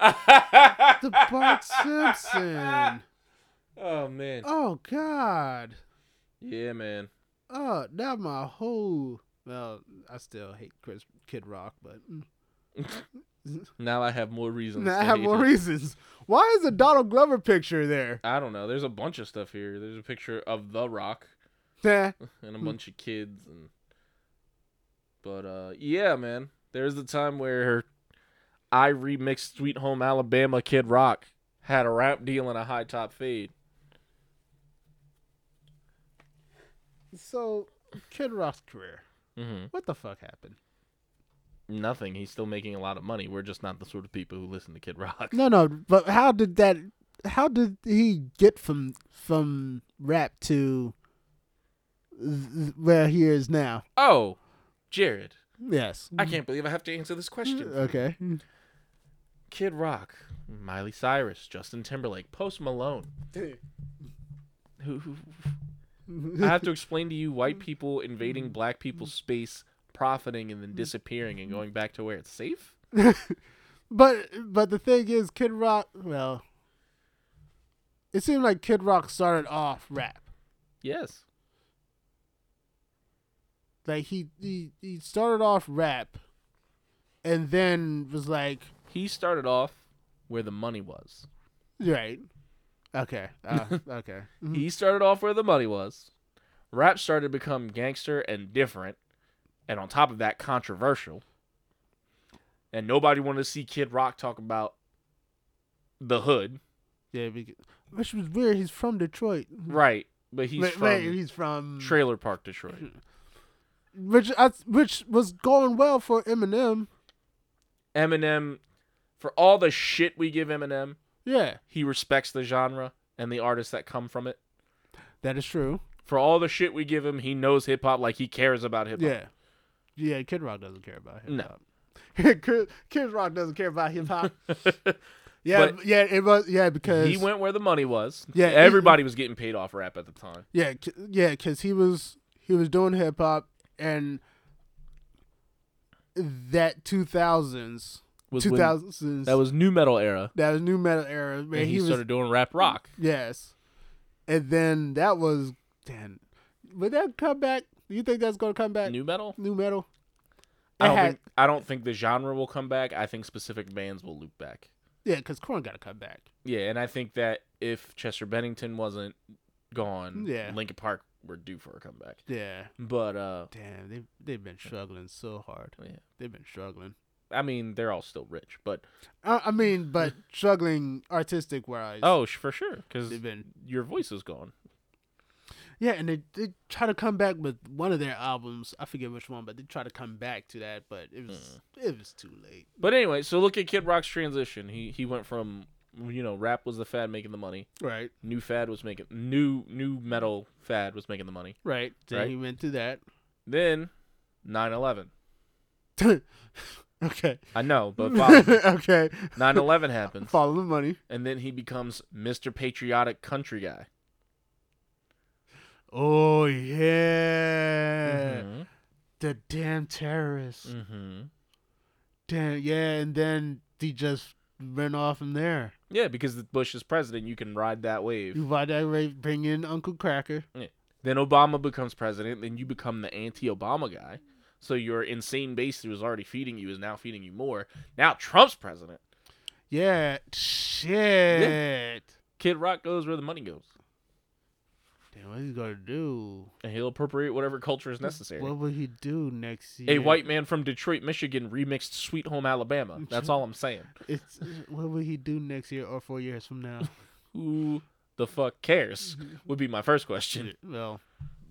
Speaker 2: the
Speaker 3: the
Speaker 2: Bart Simpson.
Speaker 3: <laughs> Oh man.
Speaker 2: Oh God.
Speaker 3: Yeah, man.
Speaker 2: Oh, now my whole. Well, I still hate Chris Kid Rock, but mm.
Speaker 3: Now I have more reasons.
Speaker 2: now
Speaker 3: to
Speaker 2: I have
Speaker 3: hate
Speaker 2: more
Speaker 3: him.
Speaker 2: reasons. Why is the Donald Glover
Speaker 3: <laughs>
Speaker 2: picture there?
Speaker 3: I don't know. There's a bunch of stuff here. There's a picture of The Rock
Speaker 2: Nah.
Speaker 3: and a bunch of kids and but uh yeah, man. There's the time where I remixed Sweet Home Alabama Kid Rock had a rap deal and a high top fade.
Speaker 2: So, Kid Rock's career.
Speaker 3: Mm-hmm.
Speaker 2: What the fuck happened?
Speaker 3: Nothing. He's still making a lot of money. We're just not the sort of people who listen to Kid Rock.
Speaker 2: No, no. But how did that? How did he get from from rap to th- th- where he is now?
Speaker 3: Oh, Jared.
Speaker 2: Yes.
Speaker 3: I can't believe I have to answer this question.
Speaker 2: Okay.
Speaker 3: Kid Rock, Miley Cyrus, Justin Timberlake, Post Malone. Who, who, I have
Speaker 2: <laughs>
Speaker 3: to explain to you white people
Speaker 2: Mm.
Speaker 3: invading black people's space, profiting, and then disappearing and going back to where it's safe.
Speaker 2: <laughs> But but the thing is, Kid Rock. Well, it seemed like Kid Rock started off rap.
Speaker 3: Yes.
Speaker 2: Like he he, he started off rap, and then was like
Speaker 3: He started off where the money was.
Speaker 2: right. Okay.
Speaker 3: <laughs>
Speaker 2: Uh, okay. Mhm.
Speaker 3: He started off where the money was. Rap started to become gangster and different, and on top of that, controversial. And nobody wanted to see Kid Rock talk about the hood,
Speaker 2: Yeah. We, which was weird. He's from Detroit.
Speaker 3: right? But he's
Speaker 2: Mm-hmm. Wait,
Speaker 3: from
Speaker 2: wait, he's from
Speaker 3: Trailer Park,
Speaker 2: <laughs>
Speaker 3: Detroit,
Speaker 2: which I, which was going well for Eminem.
Speaker 3: Eminem. For all the shit we give Eminem,
Speaker 2: Yeah,
Speaker 3: he respects the genre and the artists that come from it.
Speaker 2: that is true.
Speaker 3: For all the shit we give him, he knows hip hop like he cares about hip hop.
Speaker 2: Yeah, yeah. Kid Rock doesn't care about hip
Speaker 3: No.
Speaker 2: hop. <laughs> Kid, Kid Rock doesn't care about hip
Speaker 3: <laughs>
Speaker 2: hop. Yeah,
Speaker 3: But-
Speaker 2: b- yeah. It was yeah because
Speaker 3: he went where the money was.
Speaker 2: Yeah, he-
Speaker 3: everybody was getting paid off rap at the time.
Speaker 2: yeah c- yeah because he was he was doing hip hop and that two thousands
Speaker 3: Was
Speaker 2: two
Speaker 3: when-
Speaker 2: thousands
Speaker 3: That was new metal era.
Speaker 2: that was new metal era. Man,
Speaker 3: and he,
Speaker 2: he was
Speaker 3: started doing rap rock.
Speaker 2: Yes. And then that was damn. Would that come back? Do you think that's gonna come back? New,
Speaker 3: New metal?
Speaker 2: metal. It
Speaker 3: I don't,
Speaker 2: had-
Speaker 3: think, I don't think the genre will come back. I think specific bands will loop back.
Speaker 2: yeah, because Corn gotta come back.
Speaker 3: Yeah, and I think that if Chester Bennington wasn't gone,
Speaker 2: Yeah.
Speaker 3: Linkin Park were due for a comeback.
Speaker 2: Yeah.
Speaker 3: But uh
Speaker 2: Damn, they they've been struggling so hard.
Speaker 3: Oh, yeah.
Speaker 2: They've been struggling.
Speaker 3: I mean, they're all still rich, but
Speaker 2: I, I mean, but struggling artistic wise.
Speaker 3: oh, sh- for sure, because
Speaker 2: they've been
Speaker 3: your voice is gone.
Speaker 2: yeah, and they they try to come back with one of their albums. I forget which one, but they try to come back to that, but it was
Speaker 3: Hmm.
Speaker 2: it was too late.
Speaker 3: But anyway, so look at Kid Rock's transition. He he went from you know rap was the fad making the money,
Speaker 2: Right,
Speaker 3: new fad was making new new metal fad was making the money.
Speaker 2: right. Then
Speaker 3: Right.
Speaker 2: he went through that.
Speaker 3: Then 9/11.
Speaker 2: okay.
Speaker 3: I know, <laughs>
Speaker 2: <laughs>
Speaker 3: but follow me.
Speaker 2: okay.
Speaker 3: 9/11 happens,
Speaker 2: Follow the money.
Speaker 3: and then he becomes Mr. Patriotic Country Guy.
Speaker 2: Oh yeah,
Speaker 3: Mhm.
Speaker 2: the damn terrorists.
Speaker 3: Mhm.
Speaker 2: Damn yeah, and then he just ran off from there.
Speaker 3: Yeah, because the Bush is president, you can ride that
Speaker 2: You
Speaker 3: wave.
Speaker 2: buy that rate, bring in Uncle Cracker.
Speaker 3: Then Obama becomes president, then you become the anti-Obama guy. So your insane base that was already feeding you is now feeding you more. Now Trump's president.
Speaker 2: Yeah, shit.
Speaker 3: Kid Rock goes where the money goes,
Speaker 2: Damn, what he gonna do?
Speaker 3: and he'll appropriate whatever culture is necessary.
Speaker 2: What will he do next year?
Speaker 3: a white man from Detroit, Michigan remixed Sweet Home Alabama. That's all I'm
Speaker 2: <laughs>
Speaker 3: saying.
Speaker 2: It's what will he do next year or four years from <laughs> now?
Speaker 3: Who the fuck cares? Would be my first question.
Speaker 2: well,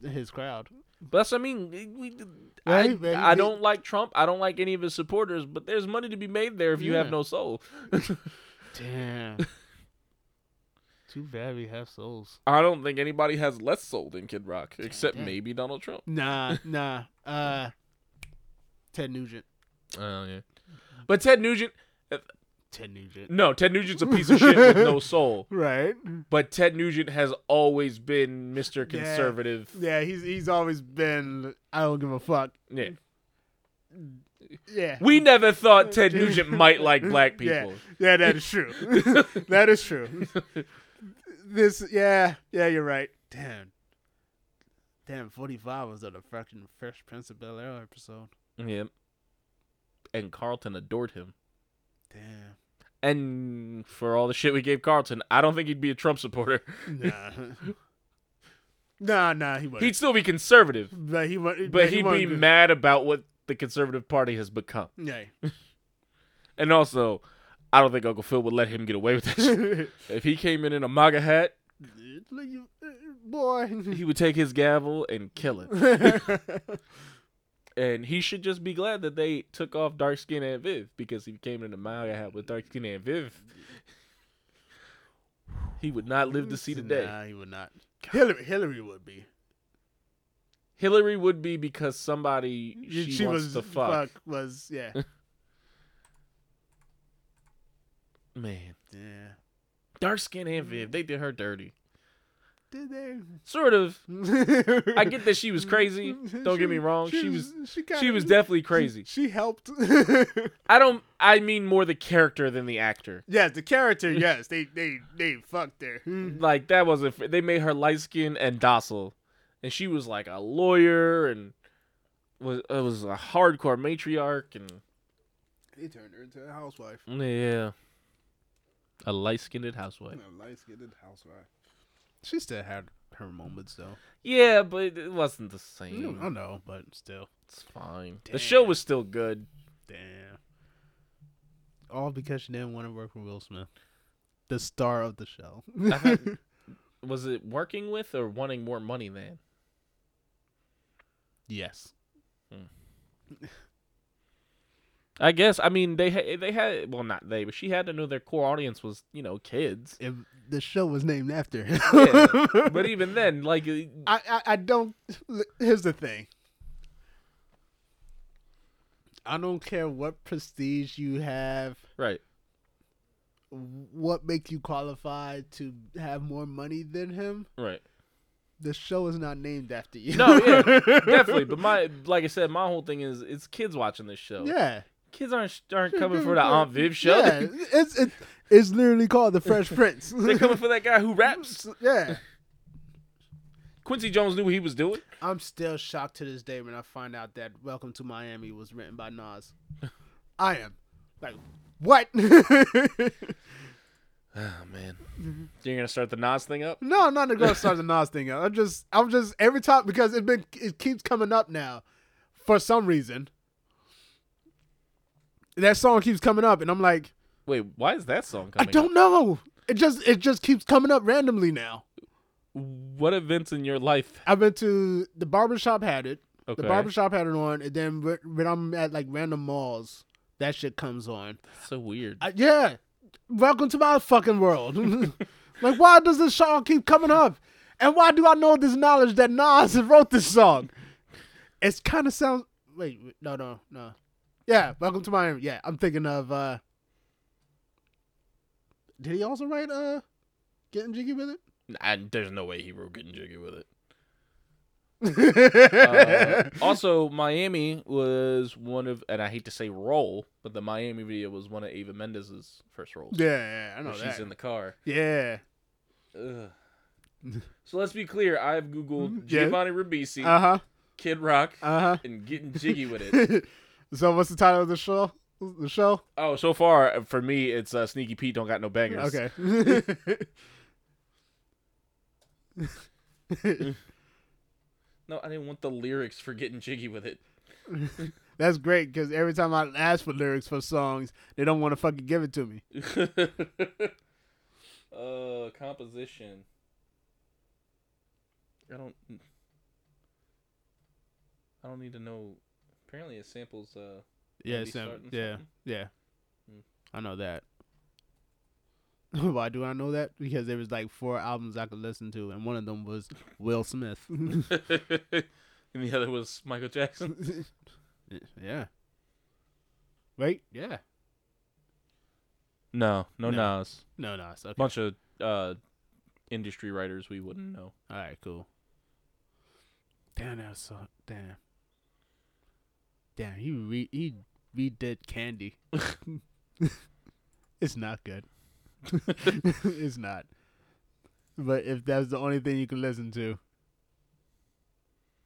Speaker 2: his crowd.
Speaker 3: But that's, I mean, we,
Speaker 2: Right,
Speaker 3: I,
Speaker 2: man,
Speaker 3: I
Speaker 2: he-
Speaker 3: don't like Trump. I don't like any of his supporters, but there's money to be made there if you have
Speaker 2: Yeah.
Speaker 3: no soul.
Speaker 2: Damn. <laughs> Too bad we have souls.
Speaker 3: I don't think anybody has less soul than Kid Rock, except
Speaker 2: damn.
Speaker 3: maybe Donald Trump.
Speaker 2: Nah, nah. Uh, Ted Nugent.
Speaker 3: Oh, yeah. But Ted Nugent,
Speaker 2: Ted Nugent.
Speaker 3: no, Ted Nugent's a piece of shit with no soul.
Speaker 2: Right.
Speaker 3: But Ted Nugent has always been Mr. Conservative.
Speaker 2: Yeah, he's he's always been. I don't give a fuck.
Speaker 3: Yeah.
Speaker 2: Yeah.
Speaker 3: We never thought Ted Nugent might
Speaker 2: <laughs>
Speaker 3: like black people.
Speaker 2: Yeah, that is true. <laughs> that is true. This. Yeah. Yeah, you're right. Damn. Damn, 45 was on the fucking Fresh Prince of Bel Air episode.
Speaker 3: <laughs> Yep. And Carlton adored him.
Speaker 2: Damn.
Speaker 3: And for all the shit we gave Carlton, I don't think he'd be a Trump supporter.
Speaker 2: Nah. <laughs> nah, nah, he wasn't.
Speaker 3: He'd still be conservative,
Speaker 2: but he, wa-
Speaker 3: but,
Speaker 2: but
Speaker 3: he'd be
Speaker 2: wasn't-
Speaker 3: mad about what the conservative party has become.
Speaker 2: Yeah.
Speaker 3: And also, I don't think Uncle Phil would let him get away with that <laughs> shit. If he came in in a MAGA hat,
Speaker 2: <laughs> Like you- uh, boy. <laughs>
Speaker 3: he would take his gavel and kill it.
Speaker 2: yeah,
Speaker 3: And he should just be glad that they took off dark skin and Viv because if he came in a MAGA hat with dark skin and Viv, he would not live to see the day.
Speaker 2: Nah, he would not. Hillary, Hillary would be.
Speaker 3: Hillary would be because somebody she, wants
Speaker 2: was
Speaker 3: to fuck.
Speaker 2: was
Speaker 3: <laughs>
Speaker 2: yeah
Speaker 3: Man,
Speaker 2: yeah.
Speaker 3: dark skin and Viv, they did her
Speaker 2: <laughs>
Speaker 3: dirty.
Speaker 2: Did they?
Speaker 3: Sort of. I get that she was
Speaker 2: <laughs>
Speaker 3: crazy. Don't get me wrong. She was
Speaker 2: she, kinda-
Speaker 3: she was definitely crazy.
Speaker 2: She helped. <laughs>
Speaker 3: I don't. I mean more the character than the actor.
Speaker 2: yes, the
Speaker 3: <laughs>
Speaker 2: character. Yes, they they they fucked her.
Speaker 3: Like that wasn't. fair. They made her light skinned and docile, and she was like a lawyer and was it was a hardcore matriarch and
Speaker 2: They turned her into a housewife.
Speaker 3: yeah. A light skinned housewife.
Speaker 2: light skinned housewife. She still had her moments though.
Speaker 3: Yeah, but it wasn't the same.
Speaker 2: No, I know, but still,
Speaker 3: It's fine. The show
Speaker 2: Damn.
Speaker 3: was still good.
Speaker 2: damn. All because she didn't want to work with Will Smith, the star of the show.
Speaker 3: <laughs> I had- was it working with or wanting more money than?
Speaker 2: <laughs> yes.
Speaker 3: I guess. I mean, they ha- they had well, not they, but she had to know their core audience was you know kids.
Speaker 2: If the show was named after him.
Speaker 3: Yeah. but even then, like, it-
Speaker 2: <laughs> I, I, I don't. Here's the thing. I don't care what prestige you have,
Speaker 3: right?
Speaker 2: what makes you qualified to have more money than him.
Speaker 3: Right.
Speaker 2: The show is not named after you.
Speaker 3: No,
Speaker 2: <laughs>
Speaker 3: yeah, definitely. But my, like I said, my whole thing is it's kids watching this show.
Speaker 2: yeah,
Speaker 3: Kids aren't aren't <laughs> coming for the
Speaker 2: <laughs>
Speaker 3: Aunt Viv show.
Speaker 2: Yeah, it's it's, it's literally called the Fresh Prince.
Speaker 3: <laughs> They're coming for that guy who raps.
Speaker 2: <laughs> yeah,
Speaker 3: Quincy Jones knew what he was doing.
Speaker 2: I'm still shocked to this day when I find out that Welcome to Miami was written by
Speaker 3: <laughs>
Speaker 2: Nas. I am like, what? <laughs>
Speaker 3: Oh man,
Speaker 2: Mm-hmm.
Speaker 3: you're gonna start the Nas thing up.
Speaker 2: No, I'm not gonna start the Nas thing. I'm just, I'm just every time because it been, it keeps coming up now, for some reason. That song keeps coming up, and I'm like,
Speaker 3: Wait, why is that song coming?
Speaker 2: I don't know. It just, it just keeps coming up randomly now.
Speaker 3: Up? What events in your life?
Speaker 2: I've been to the barbershop had it.
Speaker 3: Okay.
Speaker 2: The barbershop had it on, and then when- when I'm at like random malls, that shit comes on.
Speaker 3: so weird.
Speaker 2: I, yeah, welcome to my fucking world. <laughs> like, why does this song keep coming up? And why do I know this knowledge that Nas <laughs> wrote this song? It's kind of sounds. Wait, wait, no, no, no. Yeah, welcome to Miami. Yeah, I'm thinking of. uh Did he also write uh, getting jiggy with it?
Speaker 3: And there's no way he wrote getting jiggy with it. Uh,
Speaker 2: <laughs> Uh,
Speaker 3: also, Miami was one of, and I hate to say role, but the Miami video was one of Ava Mendez's first roles.
Speaker 2: yeah, yeah, I know
Speaker 3: where
Speaker 2: that.
Speaker 3: she's in the car.
Speaker 2: yeah.
Speaker 3: Ugh. so let's be clear. I've googled
Speaker 2: Mm-hmm. Yeah.
Speaker 3: Giovanni Ribisi,
Speaker 2: Uh huh.
Speaker 3: Kid Rock,
Speaker 2: Uh
Speaker 3: and getting jiggy with
Speaker 2: <laughs>
Speaker 3: it.
Speaker 2: huh. so, what's the title of the show? The show?
Speaker 3: Oh, so far for me, it's uh, Sneaky Pete don't got no bangers.
Speaker 2: Okay. <laughs>
Speaker 3: No, I didn't want the lyrics for getting jiggy with it. <laughs>
Speaker 2: That's great because every time I ask for lyrics for songs, they don't want to fucking give it to me.
Speaker 3: uh, composition. I don't. I don't need to know. Apparently, it samples. Uh,
Speaker 2: Yeah,
Speaker 3: Andy
Speaker 2: Sam.
Speaker 3: Sartin
Speaker 2: Yeah,
Speaker 3: something?
Speaker 2: yeah.
Speaker 3: Mm.
Speaker 2: I know that. <laughs> Why do I know that? Because there was like four albums I could listen to, and one of them was Will Smith.
Speaker 3: <laughs> <laughs>
Speaker 2: <laughs>
Speaker 3: and the other was Michael Jackson.
Speaker 2: yeah. Right? Yeah.
Speaker 3: No, no,
Speaker 2: No.
Speaker 3: Nas.
Speaker 2: No, no, it's okay.
Speaker 3: Bunch of uh, industry writers we wouldn't know.
Speaker 2: All right, cool. Damn, that was so damn. Damn, he re he redid Candy. <laughs> it's not good. <laughs> it's not. But if that's the only thing you can listen to,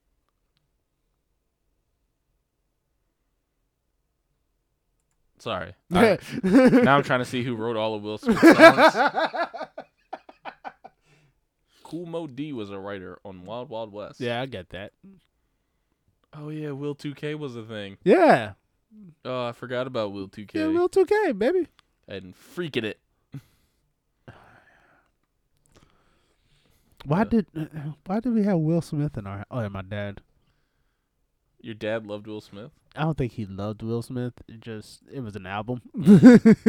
Speaker 3: <laughs> Sorry. All
Speaker 2: <laughs>
Speaker 3: right. now I'm trying to see who wrote all of Will Smith's songs. <laughs> Cool Mo D was a writer on Wild Wild West.
Speaker 2: yeah, I get that.
Speaker 3: Oh yeah, Will 2K was a thing.
Speaker 2: Yeah,
Speaker 3: Oh, I forgot about Will 2K.
Speaker 2: yeah, Will Two K, baby.
Speaker 3: and freaking it.
Speaker 2: Why
Speaker 3: Yeah.
Speaker 2: did why did we have Will Smith in our? Oh, yeah, my dad.
Speaker 3: Your dad loved Will Smith.
Speaker 2: I don't think he loved Will Smith. It just it was an album. <laughs>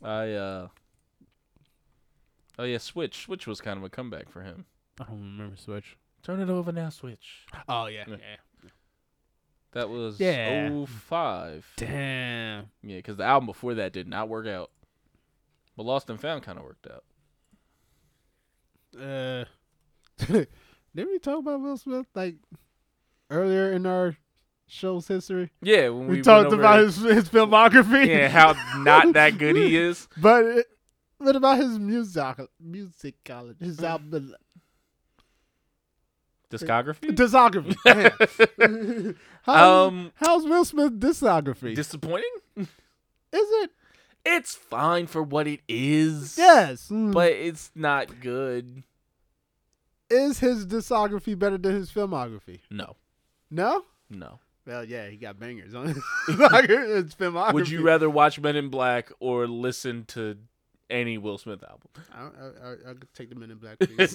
Speaker 3: I uh Oh yeah, Switch. Switch was kind of a comeback for him.
Speaker 2: I don't remember Switch.
Speaker 3: Turn it over now, Switch.
Speaker 2: Oh yeah.
Speaker 3: Yeah. That was
Speaker 2: Yeah.
Speaker 3: oh five. 05.
Speaker 2: Damn.
Speaker 3: Yeah, cuz the album before that did not work out. But Lost and Found kind of worked out.
Speaker 2: Uh, <laughs> did we talk about Will Smith like earlier in our show's history?
Speaker 3: Yeah, when we,
Speaker 2: We,
Speaker 3: went
Speaker 2: talked
Speaker 3: over-
Speaker 2: about his his filmography.
Speaker 3: Yeah, how not that good he is.
Speaker 2: <laughs> But it, what about his music musicology? His
Speaker 3: Mm.
Speaker 2: album
Speaker 3: Discography? <laughs>
Speaker 2: discography. Damn. <laughs> How-
Speaker 3: um
Speaker 2: how's Will Smith discography?
Speaker 3: disappointing?
Speaker 2: Is it?
Speaker 3: It's fine for what it is.
Speaker 2: Yes, mm.
Speaker 3: But it's not good.
Speaker 2: is his discography better than his filmography?
Speaker 3: No.
Speaker 2: No.
Speaker 3: No.
Speaker 2: Well, yeah, he got
Speaker 3: <laughs>
Speaker 2: bangers on his, <laughs> his filmography.
Speaker 3: Would you rather watch Men in Black or listen to any Will Smith album?
Speaker 2: I, I, I, I could take the Men in Black, <laughs> please.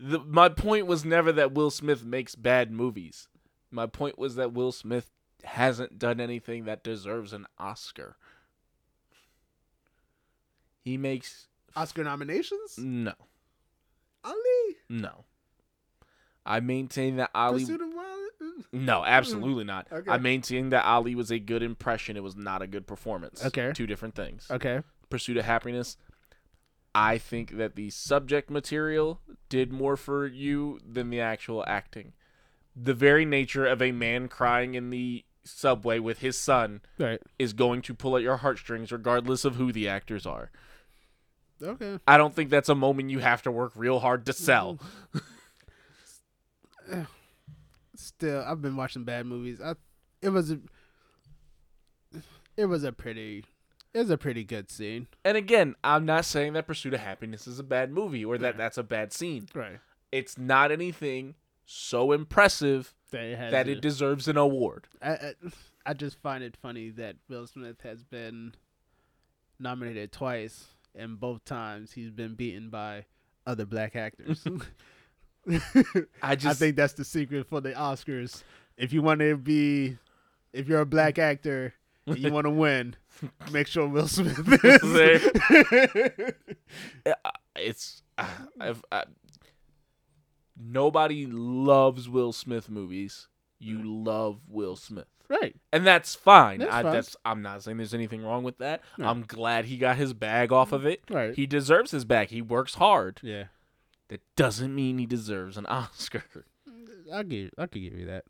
Speaker 3: The, my point was never that Will Smith makes bad movies. My point was that Will Smith hasn't done anything that deserves an Oscar. He makes
Speaker 2: Oscar nominations?
Speaker 3: no,
Speaker 2: Ali.
Speaker 3: no. I maintain that Ali.
Speaker 2: Pursuit of Wild-
Speaker 3: No, absolutely not.
Speaker 2: Hmm. Okay.
Speaker 3: I maintain that Ali was a good impression. It was not a good performance.
Speaker 2: Okay.
Speaker 3: Two different things.
Speaker 2: Okay.
Speaker 3: Pursuit of Happiness. I think that the subject material did more for you than the actual acting. The very nature of a man crying in the subway with his son
Speaker 2: Right.
Speaker 3: is going to pull at your heartstrings regardless of who the actors are.
Speaker 2: Okay.
Speaker 3: I don't think that's a moment you have to work real hard to sell.
Speaker 2: <sighs> Still, I've been watching bad movies. I it was a it was a pretty it was a pretty good scene.
Speaker 3: And again, I'm not saying that Pursuit of Happiness is a bad movie or that that's a bad scene.
Speaker 2: Right.
Speaker 3: It's not anything so impressive
Speaker 2: That it has
Speaker 3: that it deserves an award.
Speaker 2: I, I I just find it funny that Will Smith has been nominated twice, and both times he's been beaten by other black <laughs> actors.
Speaker 3: I just
Speaker 2: I think that's the secret for the Oscars. If you want to be, if you're a black actor and you want to <laughs> win, make sure Will Smith is. <laughs>
Speaker 3: it's <sighs> I've, I, nobody loves Will Smith movies. You love Will Smith,
Speaker 2: right.
Speaker 3: and that's fine.
Speaker 2: Mm. That's
Speaker 3: I,
Speaker 2: fine.
Speaker 3: That's, I'm not saying there's anything wrong with that.
Speaker 2: No.
Speaker 3: I'm glad he got his bag off of it.
Speaker 2: Right.
Speaker 3: He deserves his bag. He works hard.
Speaker 2: Yeah.
Speaker 3: That doesn't mean he deserves an <laughs> Oscar.
Speaker 2: I'll give, I could give you that.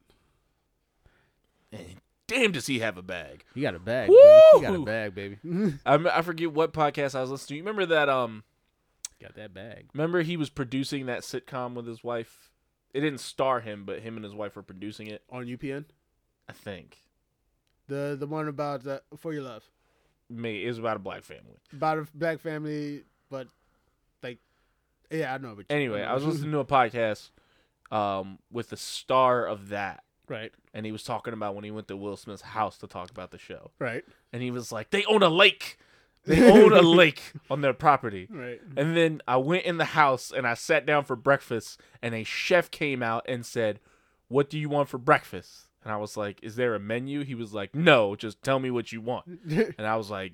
Speaker 3: And damn, does he have a bag?
Speaker 2: You got a bag. Baby. You got a
Speaker 3: Woo!
Speaker 2: bag, <laughs> baby.
Speaker 3: I, m- I forget what podcast I was listening to. You remember that? Um,
Speaker 2: got that bag.
Speaker 3: remember he was producing that sitcom with his wife. It didn't star him, but him and his wife were producing it.
Speaker 2: On UPN?
Speaker 3: I think.
Speaker 2: The the one about the, For Your Love.
Speaker 3: me is about a black family.
Speaker 2: About a black family, but like, yeah, I know. But
Speaker 3: Anyway, I was listening to a podcast um, with the star of that,
Speaker 2: <laughs> Right.
Speaker 3: and he was talking about when he went to Will Smith's house to talk about the show,
Speaker 2: Right.
Speaker 3: and he was like, "They own a lake, they own
Speaker 2: <laughs>
Speaker 3: a lake on their property." <laughs>
Speaker 2: Right.
Speaker 3: And then I went in the house and I sat down for breakfast, and a chef came out and said, "What do you want for breakfast?" And I was like, "Is there a menu?" He was like, "No, just tell me what you want." And I was like,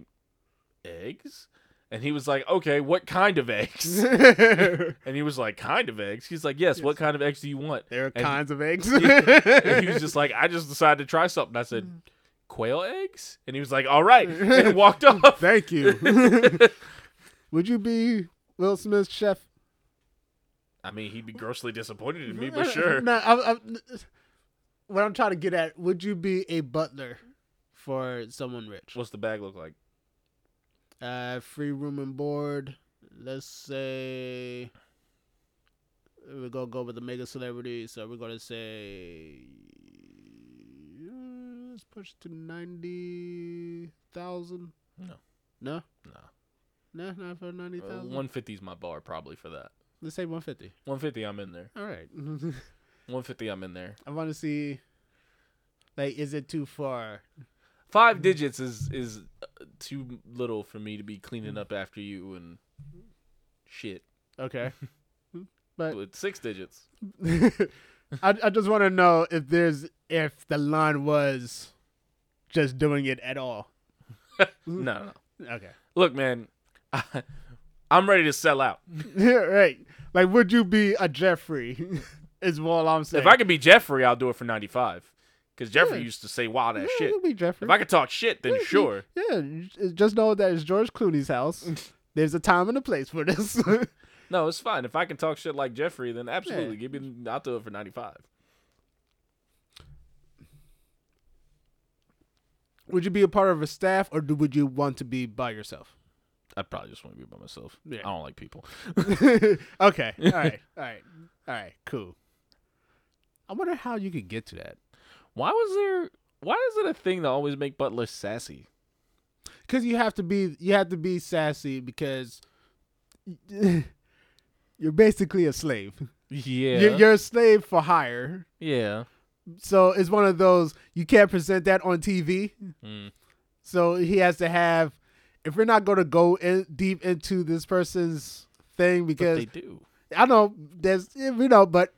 Speaker 3: "Eggs." And he was like, "Okay, what kind of eggs?"
Speaker 2: there
Speaker 3: And he was like, kind of eggs. He's like, yes, what kind of eggs do you <laughs> want?
Speaker 2: are
Speaker 3: And-
Speaker 2: kinds of eggs.
Speaker 3: And he
Speaker 2: <laughs>
Speaker 3: was just like, I just decided to try something. I said, quail eggs? And he was like, all right. And <laughs> walked off.
Speaker 2: Thank you.
Speaker 3: <laughs>
Speaker 2: <laughs> Would you be Will Smith's chef?
Speaker 3: I mean, he'd be grossly disappointed in me, but sure.
Speaker 2: <laughs> No, I, I, what I'm trying to get at: Would you be a butler for someone rich?
Speaker 3: <laughs> What's the bag look like?
Speaker 2: Uh, free room and board. Let's say we're gonna go with a mega celebrity, so we're gonna say uh, let's push to ninety thousand.
Speaker 3: No.
Speaker 2: No.
Speaker 3: No.
Speaker 2: No, not for ninety
Speaker 3: Uh,
Speaker 2: thousand.
Speaker 3: 150 is my bar probably for that.
Speaker 2: Let's say one fifty.
Speaker 3: 150, I'm in there.
Speaker 2: All right. <laughs>
Speaker 3: 150, I'm in there.
Speaker 2: I want to see. Like, is it too far?
Speaker 3: Five digits is is uh, too little for me to be cleaning up after you and shit.
Speaker 2: Okay.
Speaker 3: But six digits.
Speaker 2: <laughs> I I just want to know if there's if the line was just doing it at all.
Speaker 3: No, no, no.
Speaker 2: Okay.
Speaker 3: Look, man, <laughs> I, I'm ready to sell out.
Speaker 2: <laughs> right. Like, would you be a Jeffrey? <laughs> is all I'm saying.
Speaker 3: If I could be Jeffrey, I'll do it for 95. Because Jeffrey
Speaker 2: Yeah.
Speaker 3: used to say wild
Speaker 2: yeah,
Speaker 3: ass shit.
Speaker 2: it'd be Jeffrey.
Speaker 3: If I could talk shit, then sure.
Speaker 2: Yeah, j- just know that it's George
Speaker 3: <laughs>
Speaker 2: Clooney's house. There's a time and a place for this. <laughs>
Speaker 3: No, it's fine. If I can talk shit like Jeffrey, then absolutely.
Speaker 2: Yeah.
Speaker 3: Give me, I'll do it for 95.
Speaker 2: would you be a part of a staff, or do, would you want to be by yourself? <laughs>
Speaker 3: I probably just want to be by myself.
Speaker 2: Yeah.
Speaker 3: I don't like people.
Speaker 2: okay. All right. All right. All right. Cool. I wonder how you could get to that.
Speaker 3: Why was there. Why is it a thing to always make butlers sassy?
Speaker 2: because you have to be you have to be sassy because <laughs> you're basically a slave.
Speaker 3: Yeah.
Speaker 2: You're, you're a slave for hire.
Speaker 3: yeah.
Speaker 2: So it's one of those you can't present that on TV.
Speaker 3: Mm.
Speaker 2: So he has to have. If we're not going to go in deep into this person's thing
Speaker 3: But
Speaker 2: because
Speaker 3: they do.
Speaker 2: I know there's you know, but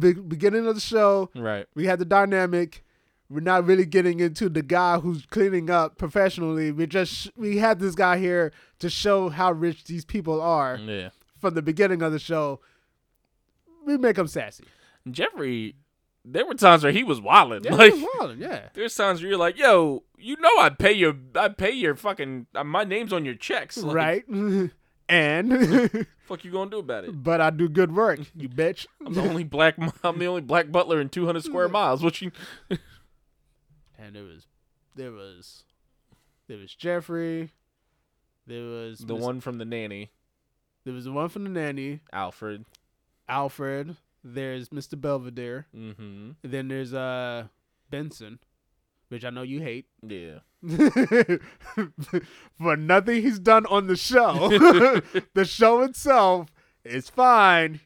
Speaker 2: be- beginning of the show
Speaker 3: Right.
Speaker 2: we had the dynamic. We're not really getting into the guy who's cleaning up professionally. We just we had this guy here to show how rich these people are
Speaker 3: Yeah.
Speaker 2: from the beginning of the show. We make
Speaker 3: <laughs>
Speaker 2: them sassy.
Speaker 3: Jeffrey, there were times where he was wilding.
Speaker 2: Yeah,
Speaker 3: like
Speaker 2: it was wild, yeah.
Speaker 3: there's times where you're like, yo, you know I pay your I pay your fucking uh, my name's on your checks. <laughs> Like,
Speaker 2: right. <laughs> and <laughs>
Speaker 3: Fuck you gonna do about it?
Speaker 2: but I do good work,
Speaker 3: <laughs>
Speaker 2: you bitch.
Speaker 3: I'm the only black. I'm the only black butler in 200 square miles. What you?
Speaker 2: And there was there was there was Jeffrey. There was
Speaker 3: The
Speaker 2: Miss-
Speaker 3: one from the nanny,
Speaker 2: there was the one from the nanny,
Speaker 3: Alfred.
Speaker 2: Alfred. There's Mr. Belvedere.
Speaker 3: Mm-hmm.
Speaker 2: Then there's uh Benson, which I know you hate <laughs>
Speaker 3: Yeah.
Speaker 2: for nothing he's done on the show. <laughs> the show itself is fine.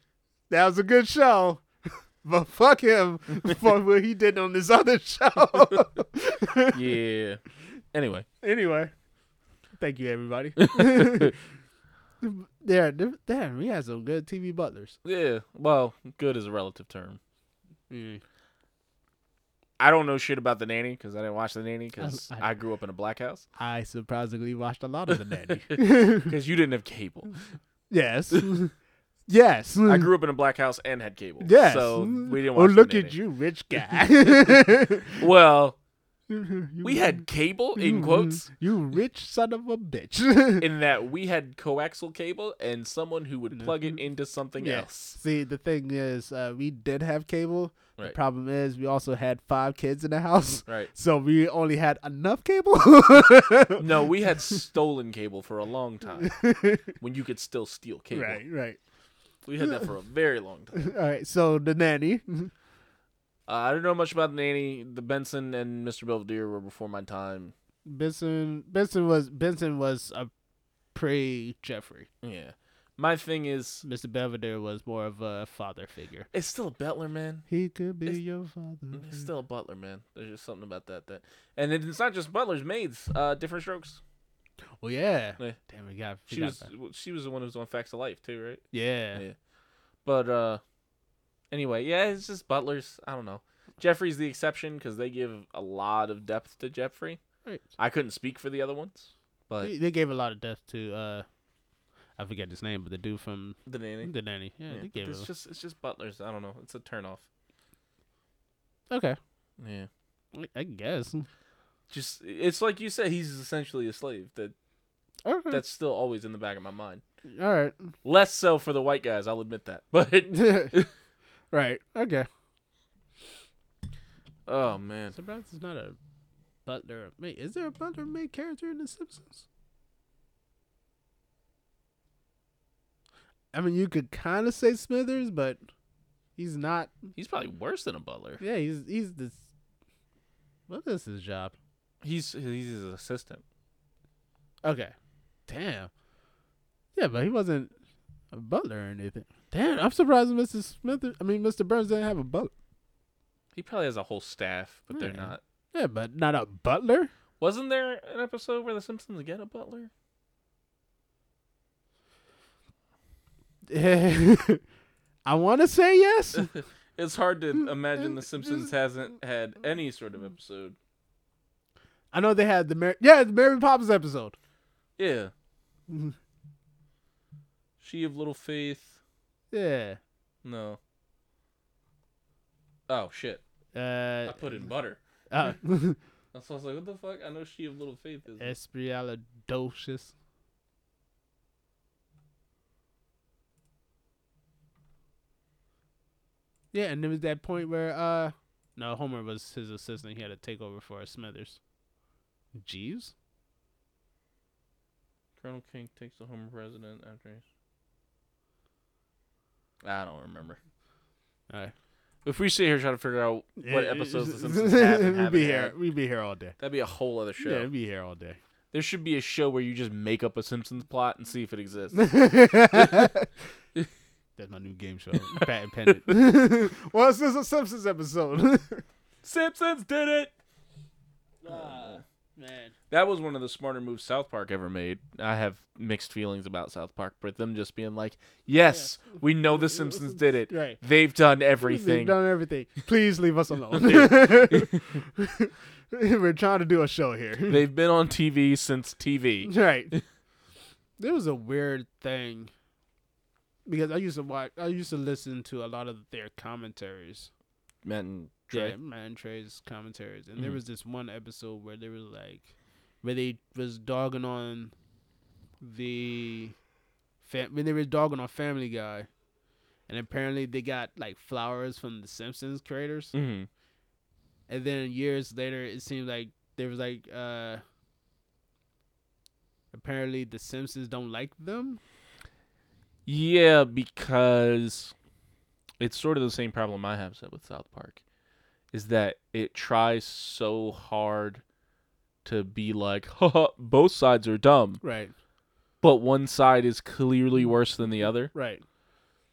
Speaker 2: That was a good show. <laughs> But fuck him <laughs> for what he did on this other show. <laughs>
Speaker 3: Yeah. anyway.
Speaker 2: anyway, thank you everybody. <laughs> there, there- damn, we had some good TV butlers.
Speaker 3: Yeah. Well, good is a relative term.
Speaker 2: Mm.
Speaker 3: I don't know shit about the nanny because I didn't watch the nanny because
Speaker 2: I-
Speaker 3: I, grew up in a black <laughs> house.
Speaker 2: I surprisingly watched a lot of the <laughs> nanny.
Speaker 3: Because you didn't have <laughs> cable.
Speaker 2: yes, yes.
Speaker 3: I grew up in a black house and had cable.
Speaker 2: Yes.
Speaker 3: So we didn't watch.
Speaker 2: Well,
Speaker 3: The
Speaker 2: look
Speaker 3: Nanny.
Speaker 2: at
Speaker 3: <laughs>
Speaker 2: you, rich guy.
Speaker 3: Well,
Speaker 2: You <laughs>
Speaker 3: we
Speaker 2: ri-
Speaker 3: had cable
Speaker 2: you
Speaker 3: in
Speaker 2: ri-
Speaker 3: quotes
Speaker 2: Mm-hmm. You rich son of
Speaker 3: <laughs>
Speaker 2: a bitch.
Speaker 3: in that we had coaxial cable and someone who would plug it into something
Speaker 2: Yeah.
Speaker 3: else.
Speaker 2: See, the thing is, uh, we did have cable. The
Speaker 3: Right.
Speaker 2: problem is, we also had five kids in the house,
Speaker 3: Right.
Speaker 2: so we only had enough cable. <laughs>
Speaker 3: No, we had stolen cable for a long time when you could still steal cable.
Speaker 2: right, right. <laughs>
Speaker 3: We had that for a very long time.
Speaker 2: All right. So the nanny. <laughs>
Speaker 3: Uh, I don't know much about the nanny. The Benson and Mr. Belvedere were before my time.
Speaker 2: Benson Benson was Benson was a pre Jeffrey.
Speaker 3: Yeah. My thing is,
Speaker 2: Mr. Belvedere was more of a father figure.
Speaker 3: it's still a butler, man.
Speaker 2: He could be
Speaker 3: It's-
Speaker 2: your father.
Speaker 3: It's still a butler, man. There's just something about that that, and it- it's not just butlers, maids. Uh, different strokes.
Speaker 2: Well, yeah.
Speaker 3: Yeah.
Speaker 2: Damn, we got. we
Speaker 3: She
Speaker 2: got
Speaker 3: was
Speaker 2: that.
Speaker 3: she was the one who was on Facts of Life too, right?
Speaker 2: Yeah.
Speaker 3: Yeah. But uh, anyway, yeah, it's just butlers. I don't know. Jeffrey's the exception because they give a lot of depth to Jeffrey.
Speaker 2: Right.
Speaker 3: I couldn't speak for the other ones, but
Speaker 2: They- they gave a lot of death to uh I forget his name, but the dude from
Speaker 3: the nanny.
Speaker 2: the nanny. Yeah,
Speaker 3: Yeah,
Speaker 2: they
Speaker 3: but
Speaker 2: gave
Speaker 3: it's
Speaker 2: it.
Speaker 3: just it's just butlers. I don't know. It's a turnoff.
Speaker 2: Okay.
Speaker 3: Yeah.
Speaker 2: I- I guess.
Speaker 3: Just it's like you said, he's essentially a slave. That
Speaker 2: Okay.
Speaker 3: that's still always in the back of my mind. <laughs>
Speaker 2: All right. <laughs>
Speaker 3: Less so for the white guys, I'll admit that. <laughs> But
Speaker 2: right. Okay.
Speaker 3: oh man,
Speaker 2: Surprised it's not a butler. Wait, is there a butler maid character in The Simpsons? I mean, you could kind of say Smithers, but he's not.
Speaker 3: he's probably worse than a butler.
Speaker 2: Yeah, he's he's this. What is his job?
Speaker 3: He's he's his assistant.
Speaker 2: Okay. Damn. Yeah, but he wasn't a butler or anything. Damn, I'm surprised Mr. Smith. I mean, Mr. Burns didn't have a butler.
Speaker 3: He probably has a whole staff, but they're
Speaker 2: Hmm.
Speaker 3: not.
Speaker 2: Yeah, but not a butler.
Speaker 3: Wasn't there an episode where the Simpsons get a butler?
Speaker 2: <laughs> I want to say <laughs> yes.
Speaker 3: It's hard to imagine the
Speaker 2: mm,
Speaker 3: Simpsons hasn't had any sort of episode.
Speaker 2: I know they had the Mary. Yeah, the Mary Poppins episode.
Speaker 3: Yeah.
Speaker 2: Mhm.
Speaker 3: she of Little Faith.
Speaker 2: Yeah.
Speaker 3: No. Oh shit! I
Speaker 2: Uh,
Speaker 3: put in butter.
Speaker 2: uh, <laughs>
Speaker 3: That's why I was like, what the fuck? I know she of Little Faith is.
Speaker 2: Espialidocious. Yeah, and there was that point where uh no, Homer was his assistant. He had to take over for Smithers. Jeeves?
Speaker 3: Colonel King takes the home president after. he's- I don't remember.
Speaker 2: Alright.
Speaker 3: If we sit here trying to figure out what episodes the Simpsons have, and
Speaker 2: <laughs> We'd
Speaker 3: haven't
Speaker 2: be here.
Speaker 3: had,
Speaker 2: We'd be here all day.
Speaker 3: that'd be a whole other show.
Speaker 2: <laughs> Yeah, we'd be here all day.
Speaker 3: There should be a show where you just make up a Simpsons plot and see if it exists.
Speaker 2: That's my new game show, Pat and Pendant. <laughs> well, this is a Simpsons episode. <laughs>
Speaker 3: Simpsons did it.
Speaker 2: Man,
Speaker 3: That was one of the smarter moves South Park ever made. I have mixed feelings about South Park, but them just being like, "Yes, we know the Simpsons did it.
Speaker 2: Right.
Speaker 3: They've done
Speaker 2: we've
Speaker 3: everything."
Speaker 2: done everything. Please leave us alone. <laughs> We're trying to do a show
Speaker 3: <laughs> <laughs>
Speaker 2: here. <laughs>
Speaker 3: They've been on TV since TV.
Speaker 2: right. There was a weird thing because I used to watch. I used to listen to a lot of their commentaries.
Speaker 3: Matt and
Speaker 2: Yeah, Man Trey's commentaries. And there
Speaker 3: Mhm.
Speaker 2: was this one episode where they were like, where they was dogging on the, fam- when they were dogging on Family Guy, and apparently they got like flowers from the Simpsons creators.
Speaker 3: Mhm.
Speaker 2: And then years later, it seemed like there was like, uh, apparently the Simpsons don't like them.
Speaker 3: Yeah, because it's sort of the same problem I have with South Park, is that it tries so hard to be like, <laughs> "Haha, both sides are dumb,"
Speaker 2: Right,
Speaker 3: but one side is clearly worse than the other.
Speaker 2: right.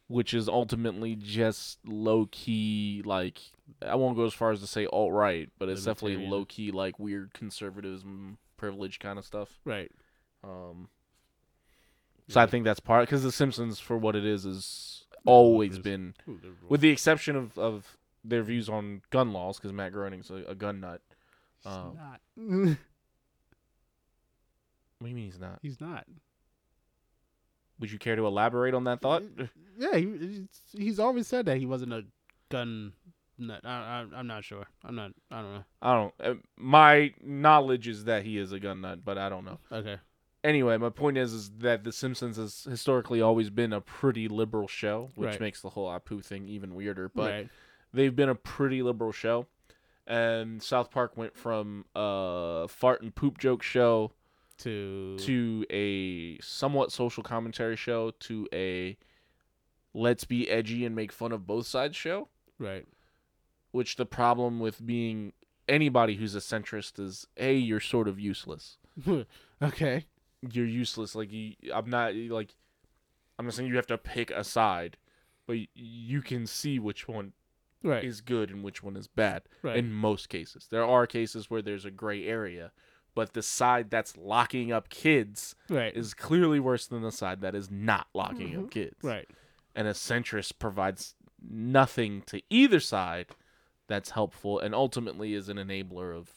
Speaker 3: which is ultimately just low key like I won't go as far as to say alt right, but it's definitely
Speaker 2: Libertarian.
Speaker 3: low key like weird conservatism privilege kind of stuff.
Speaker 2: Right.
Speaker 3: Um so I
Speaker 2: Yeah.
Speaker 3: think that's part because The Simpsons, for what it is, is always
Speaker 2: Liberals.
Speaker 3: been, with the exception of, of their views on gun laws, because Matt Groening's a, a gun nut.
Speaker 2: He's
Speaker 3: Um,
Speaker 2: <laughs> not.
Speaker 3: what do you mean he's not?
Speaker 2: He's not.
Speaker 3: Would you care to elaborate on that
Speaker 2: Mm-hmm.
Speaker 3: thought?
Speaker 2: <laughs> Yeah, he, it's- he's always said that he wasn't a gun nut. I, I, I'm not sure. I'm not. I don't know.
Speaker 3: I don't. uh, My knowledge is that he is a gun nut, but I don't know.
Speaker 2: Okay.
Speaker 3: anyway, my point is is that The Simpsons has historically always been a pretty liberal show, which
Speaker 2: Right.
Speaker 3: makes the whole Apu thing even weirder. But
Speaker 2: right.
Speaker 3: they've been a pretty liberal show, and South Park went from a fart and poop joke show
Speaker 2: to
Speaker 3: to a somewhat social commentary show to a let's be edgy and make fun of both sides show.
Speaker 2: right. <laughs>
Speaker 3: Which the problem with being anybody who's a centrist is, hey, you're sort of useless.
Speaker 2: okay.
Speaker 3: you're useless. Like you, I'm not like I'm not saying you have to pick a side, but y- you can see which one
Speaker 2: Right.
Speaker 3: is good and which one is bad.
Speaker 2: Right.
Speaker 3: In most cases, there are cases where there's a gray area, but the side that's locking up kids
Speaker 2: right.
Speaker 3: is clearly worse than the side that is not locking up kids.
Speaker 2: Mm-hmm. right.
Speaker 3: And a centrist provides nothing to either side that's helpful and ultimately is an enabler of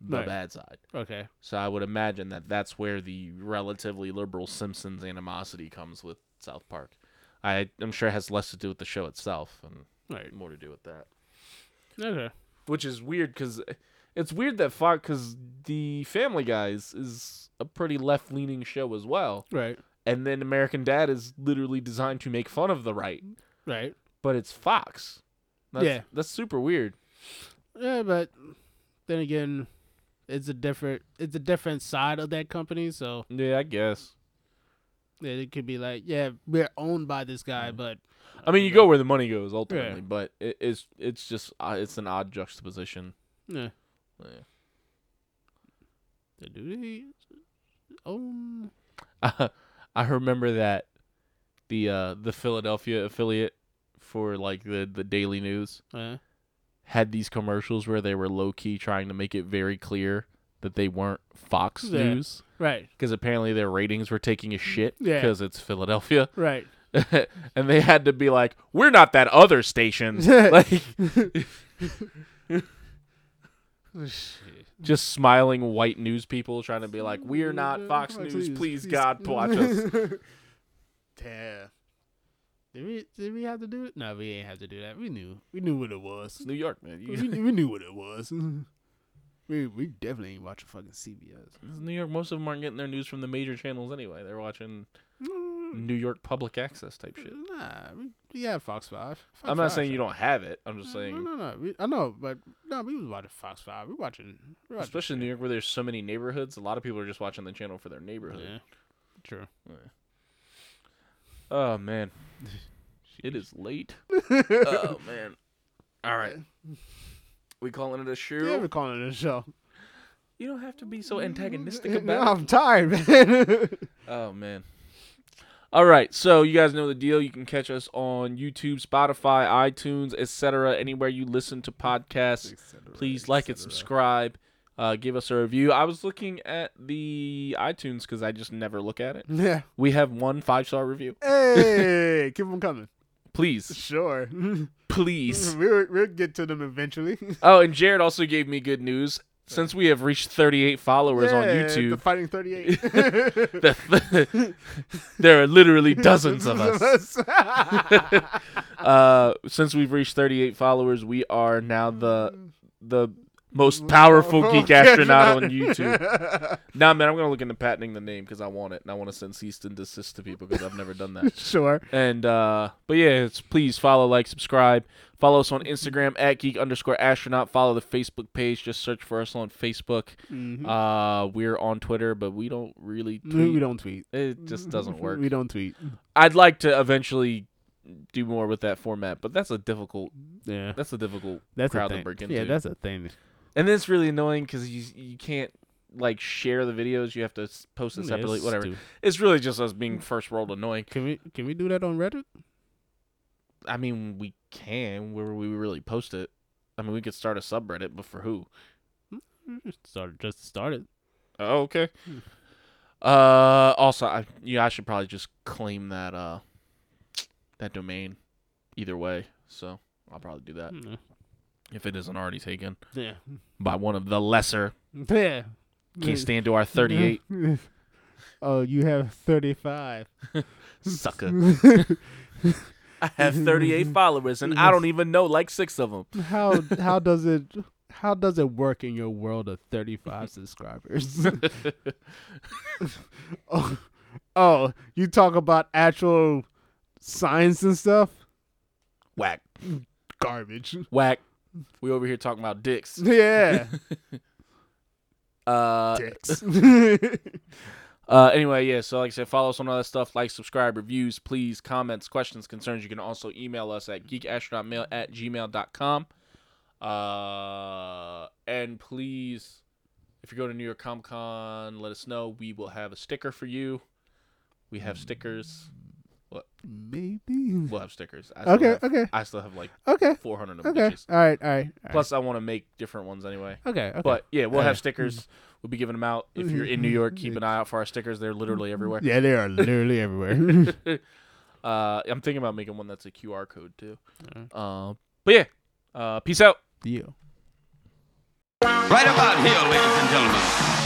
Speaker 3: the
Speaker 2: Right.
Speaker 3: bad side.
Speaker 2: Okay.
Speaker 3: So I would imagine that that's where the relatively liberal Simpsons animosity comes with South Park. I, I'm sure it has less to do with the show itself and
Speaker 2: Right.
Speaker 3: more to do with that.
Speaker 2: Okay.
Speaker 3: Which is weird because it's weird that Fox, because the Family Guys is a pretty left leaning show as well.
Speaker 2: Right.
Speaker 3: And then American Dad is literally designed to make fun of the right,
Speaker 2: Right.
Speaker 3: but it's Fox. That's,
Speaker 2: Yeah.
Speaker 3: That's super weird.
Speaker 2: Yeah, but then again, it's a different it's a different side of that company, so
Speaker 3: Yeah, I guess.
Speaker 2: it could be like, yeah, we're owned by this guy, but
Speaker 3: I mean, you go where the money goes ultimately, but it, it's it's just uh, it's an odd juxtaposition.
Speaker 2: Yeah.
Speaker 3: Yeah.
Speaker 2: Do they own?
Speaker 3: <laughs> I remember that the uh, the Philadelphia affiliate for like the the Daily News
Speaker 2: Uh,
Speaker 3: had these commercials where they were low key trying to make it very clear that they weren't Fox News. 'Cause
Speaker 2: Yeah.
Speaker 3: News
Speaker 2: right.
Speaker 3: because apparently their ratings were taking a shit
Speaker 2: Yeah.
Speaker 3: because it's Philadelphia, <laughs>
Speaker 2: Right.
Speaker 3: and they had to be like, "We're not that other
Speaker 2: <laughs>
Speaker 3: station." like just smiling white news people trying to be like, "We're not
Speaker 2: Mm-hmm.
Speaker 3: Fox News. Please
Speaker 2: <laughs>
Speaker 3: God, watch us."
Speaker 2: Yeah. Did we did we have to do it? No, we ain't have to do that. We knew we knew what it <laughs> was.
Speaker 3: New York, man.
Speaker 2: We,
Speaker 3: You-
Speaker 2: knew- we knew what it was. <laughs> we we definitely ain't watching fucking
Speaker 3: This is New York, most of them aren't getting their news from the major channels anyway. They're watching
Speaker 2: CBS.
Speaker 3: New York public access type shit.
Speaker 2: Nah, we, we had Fox Five. Fox
Speaker 3: I'm not
Speaker 2: Five
Speaker 3: saying
Speaker 2: show.
Speaker 3: you don't have it. I'm just
Speaker 2: No,
Speaker 3: saying,
Speaker 2: no, no. We, I know, but no, we was watching Fox Five. We watching, we watching
Speaker 3: especially in New York where there's so many neighborhoods, a lot of people are just watching the channel for their neighborhood.
Speaker 2: Yeah, true.
Speaker 3: Oh,
Speaker 2: <laughs>
Speaker 3: man. it is late. oh, man. All right. We calling it a shoe?
Speaker 2: Yeah, we're calling it a show.
Speaker 3: You don't have to be so antagonistic
Speaker 2: <laughs> No,
Speaker 3: about it.
Speaker 2: I'm tired, man.
Speaker 3: Oh man. All right, so you guys know the deal. You can catch us on YouTube, Spotify, iTunes, etc. Anywhere you listen to podcasts, <laughs> please like and subscribe. Uh, give us a review. I was looking at the iTunes because I just never look at it.
Speaker 2: yeah.
Speaker 3: We have one five star review.
Speaker 2: Hey, keep them coming.
Speaker 3: Please,
Speaker 2: Sure.
Speaker 3: please.
Speaker 2: <laughs> we'll, we'll get to them eventually.
Speaker 3: Oh, and Jared also gave me good news. Since we have reached 38 followers on
Speaker 2: Yeah, The
Speaker 3: YouTube,
Speaker 2: Fighting 38.
Speaker 3: <laughs> the- <laughs> there are literally dozens of
Speaker 2: <laughs>
Speaker 3: us. uh, since we've reached 38 followers, we are now
Speaker 2: Mm.
Speaker 3: the the most powerful
Speaker 2: <laughs>
Speaker 3: geek astronaut on YouTube. Nah, man, I'm gonna look into patenting the name because I want it, and I want to send cease and desist to people because I've never done that.
Speaker 2: <laughs> sure.
Speaker 3: And uh, but yeah, it's, please follow, like, subscribe. Follow us on Instagram at geek underscore astronaut. Follow the Facebook page. Just search for us on Facebook. Uh, we're on Twitter, but we don't really tweet.
Speaker 2: We don't tweet.
Speaker 3: It just doesn't work.
Speaker 2: We don't tweet.
Speaker 3: I'd like to eventually do more with that format, but that's a difficult
Speaker 2: Yeah.
Speaker 3: that's a difficult
Speaker 2: That's
Speaker 3: crowd
Speaker 2: a
Speaker 3: to
Speaker 2: thing.
Speaker 3: break into.
Speaker 2: Yeah, that's a thing.
Speaker 3: and then it's really annoying because you you can't like share the videos. You have to s- post it
Speaker 2: Yeah,
Speaker 3: separately.
Speaker 2: it's
Speaker 3: whatever.
Speaker 2: stupid.
Speaker 3: Mm, It's Mm. really just us being first world annoying.
Speaker 2: Can we can we do that on Reddit?
Speaker 3: I mean, we can where we really post it. I mean, we could start a subreddit, but for who?
Speaker 2: Start just start it.
Speaker 3: Oh, okay. Uh, also, I yeah, I should probably just claim that uh that domain either way. So I'll probably do that
Speaker 2: Mm-hmm.
Speaker 3: <laughs> if it isn't already taken
Speaker 2: Yeah.
Speaker 3: by one of the lesser.
Speaker 2: Yeah.
Speaker 3: Can't
Speaker 2: <laughs>
Speaker 3: stand to our thirty-eight
Speaker 2: oh, you have thirty five.
Speaker 3: <laughs> sucker. <laughs> I have <laughs> 38 followers and I don't even know like six of them.
Speaker 2: <laughs> how how does it how does it work in your world of
Speaker 3: <laughs>
Speaker 2: 35 subscribers <laughs> oh, oh you talk about actual science and stuff
Speaker 3: Whack,
Speaker 2: garbage
Speaker 3: whack. We over here talking about dicks.
Speaker 2: <laughs> yeah
Speaker 3: Uh, <laughs>
Speaker 2: dicks <laughs>
Speaker 3: uh, anyway, yeah. So, like I said, follow us on all that stuff. Like, subscribe, reviews, please, comments, questions, concerns. You can also email us at geekastronautmail at gmail.com. Uh, and please, if you go to New York Comic Con, let us know. We will have a sticker for you. We have stickers.
Speaker 2: maybe
Speaker 3: We'll have stickers. I still
Speaker 2: okay
Speaker 3: have-
Speaker 2: okay
Speaker 3: I still have like
Speaker 2: okay
Speaker 3: 400 of them.
Speaker 2: okay
Speaker 3: bitches.
Speaker 2: all right all right all
Speaker 3: Plus, I want to make different ones anyway.
Speaker 2: right. okay okay
Speaker 3: But yeah, we'll
Speaker 2: Okay.
Speaker 3: have stickers. We'll be giving them out. If you're in New York, keep an eye out for our stickers. They're literally everywhere.
Speaker 2: Mm-hmm. yeah they are
Speaker 3: <laughs>
Speaker 2: literally everywhere
Speaker 3: Uh, I'm thinking about making one that's a QR code too. Uh, but yeah, uh, peace out.
Speaker 2: deal
Speaker 1: Right about here, ladies and gentlemen.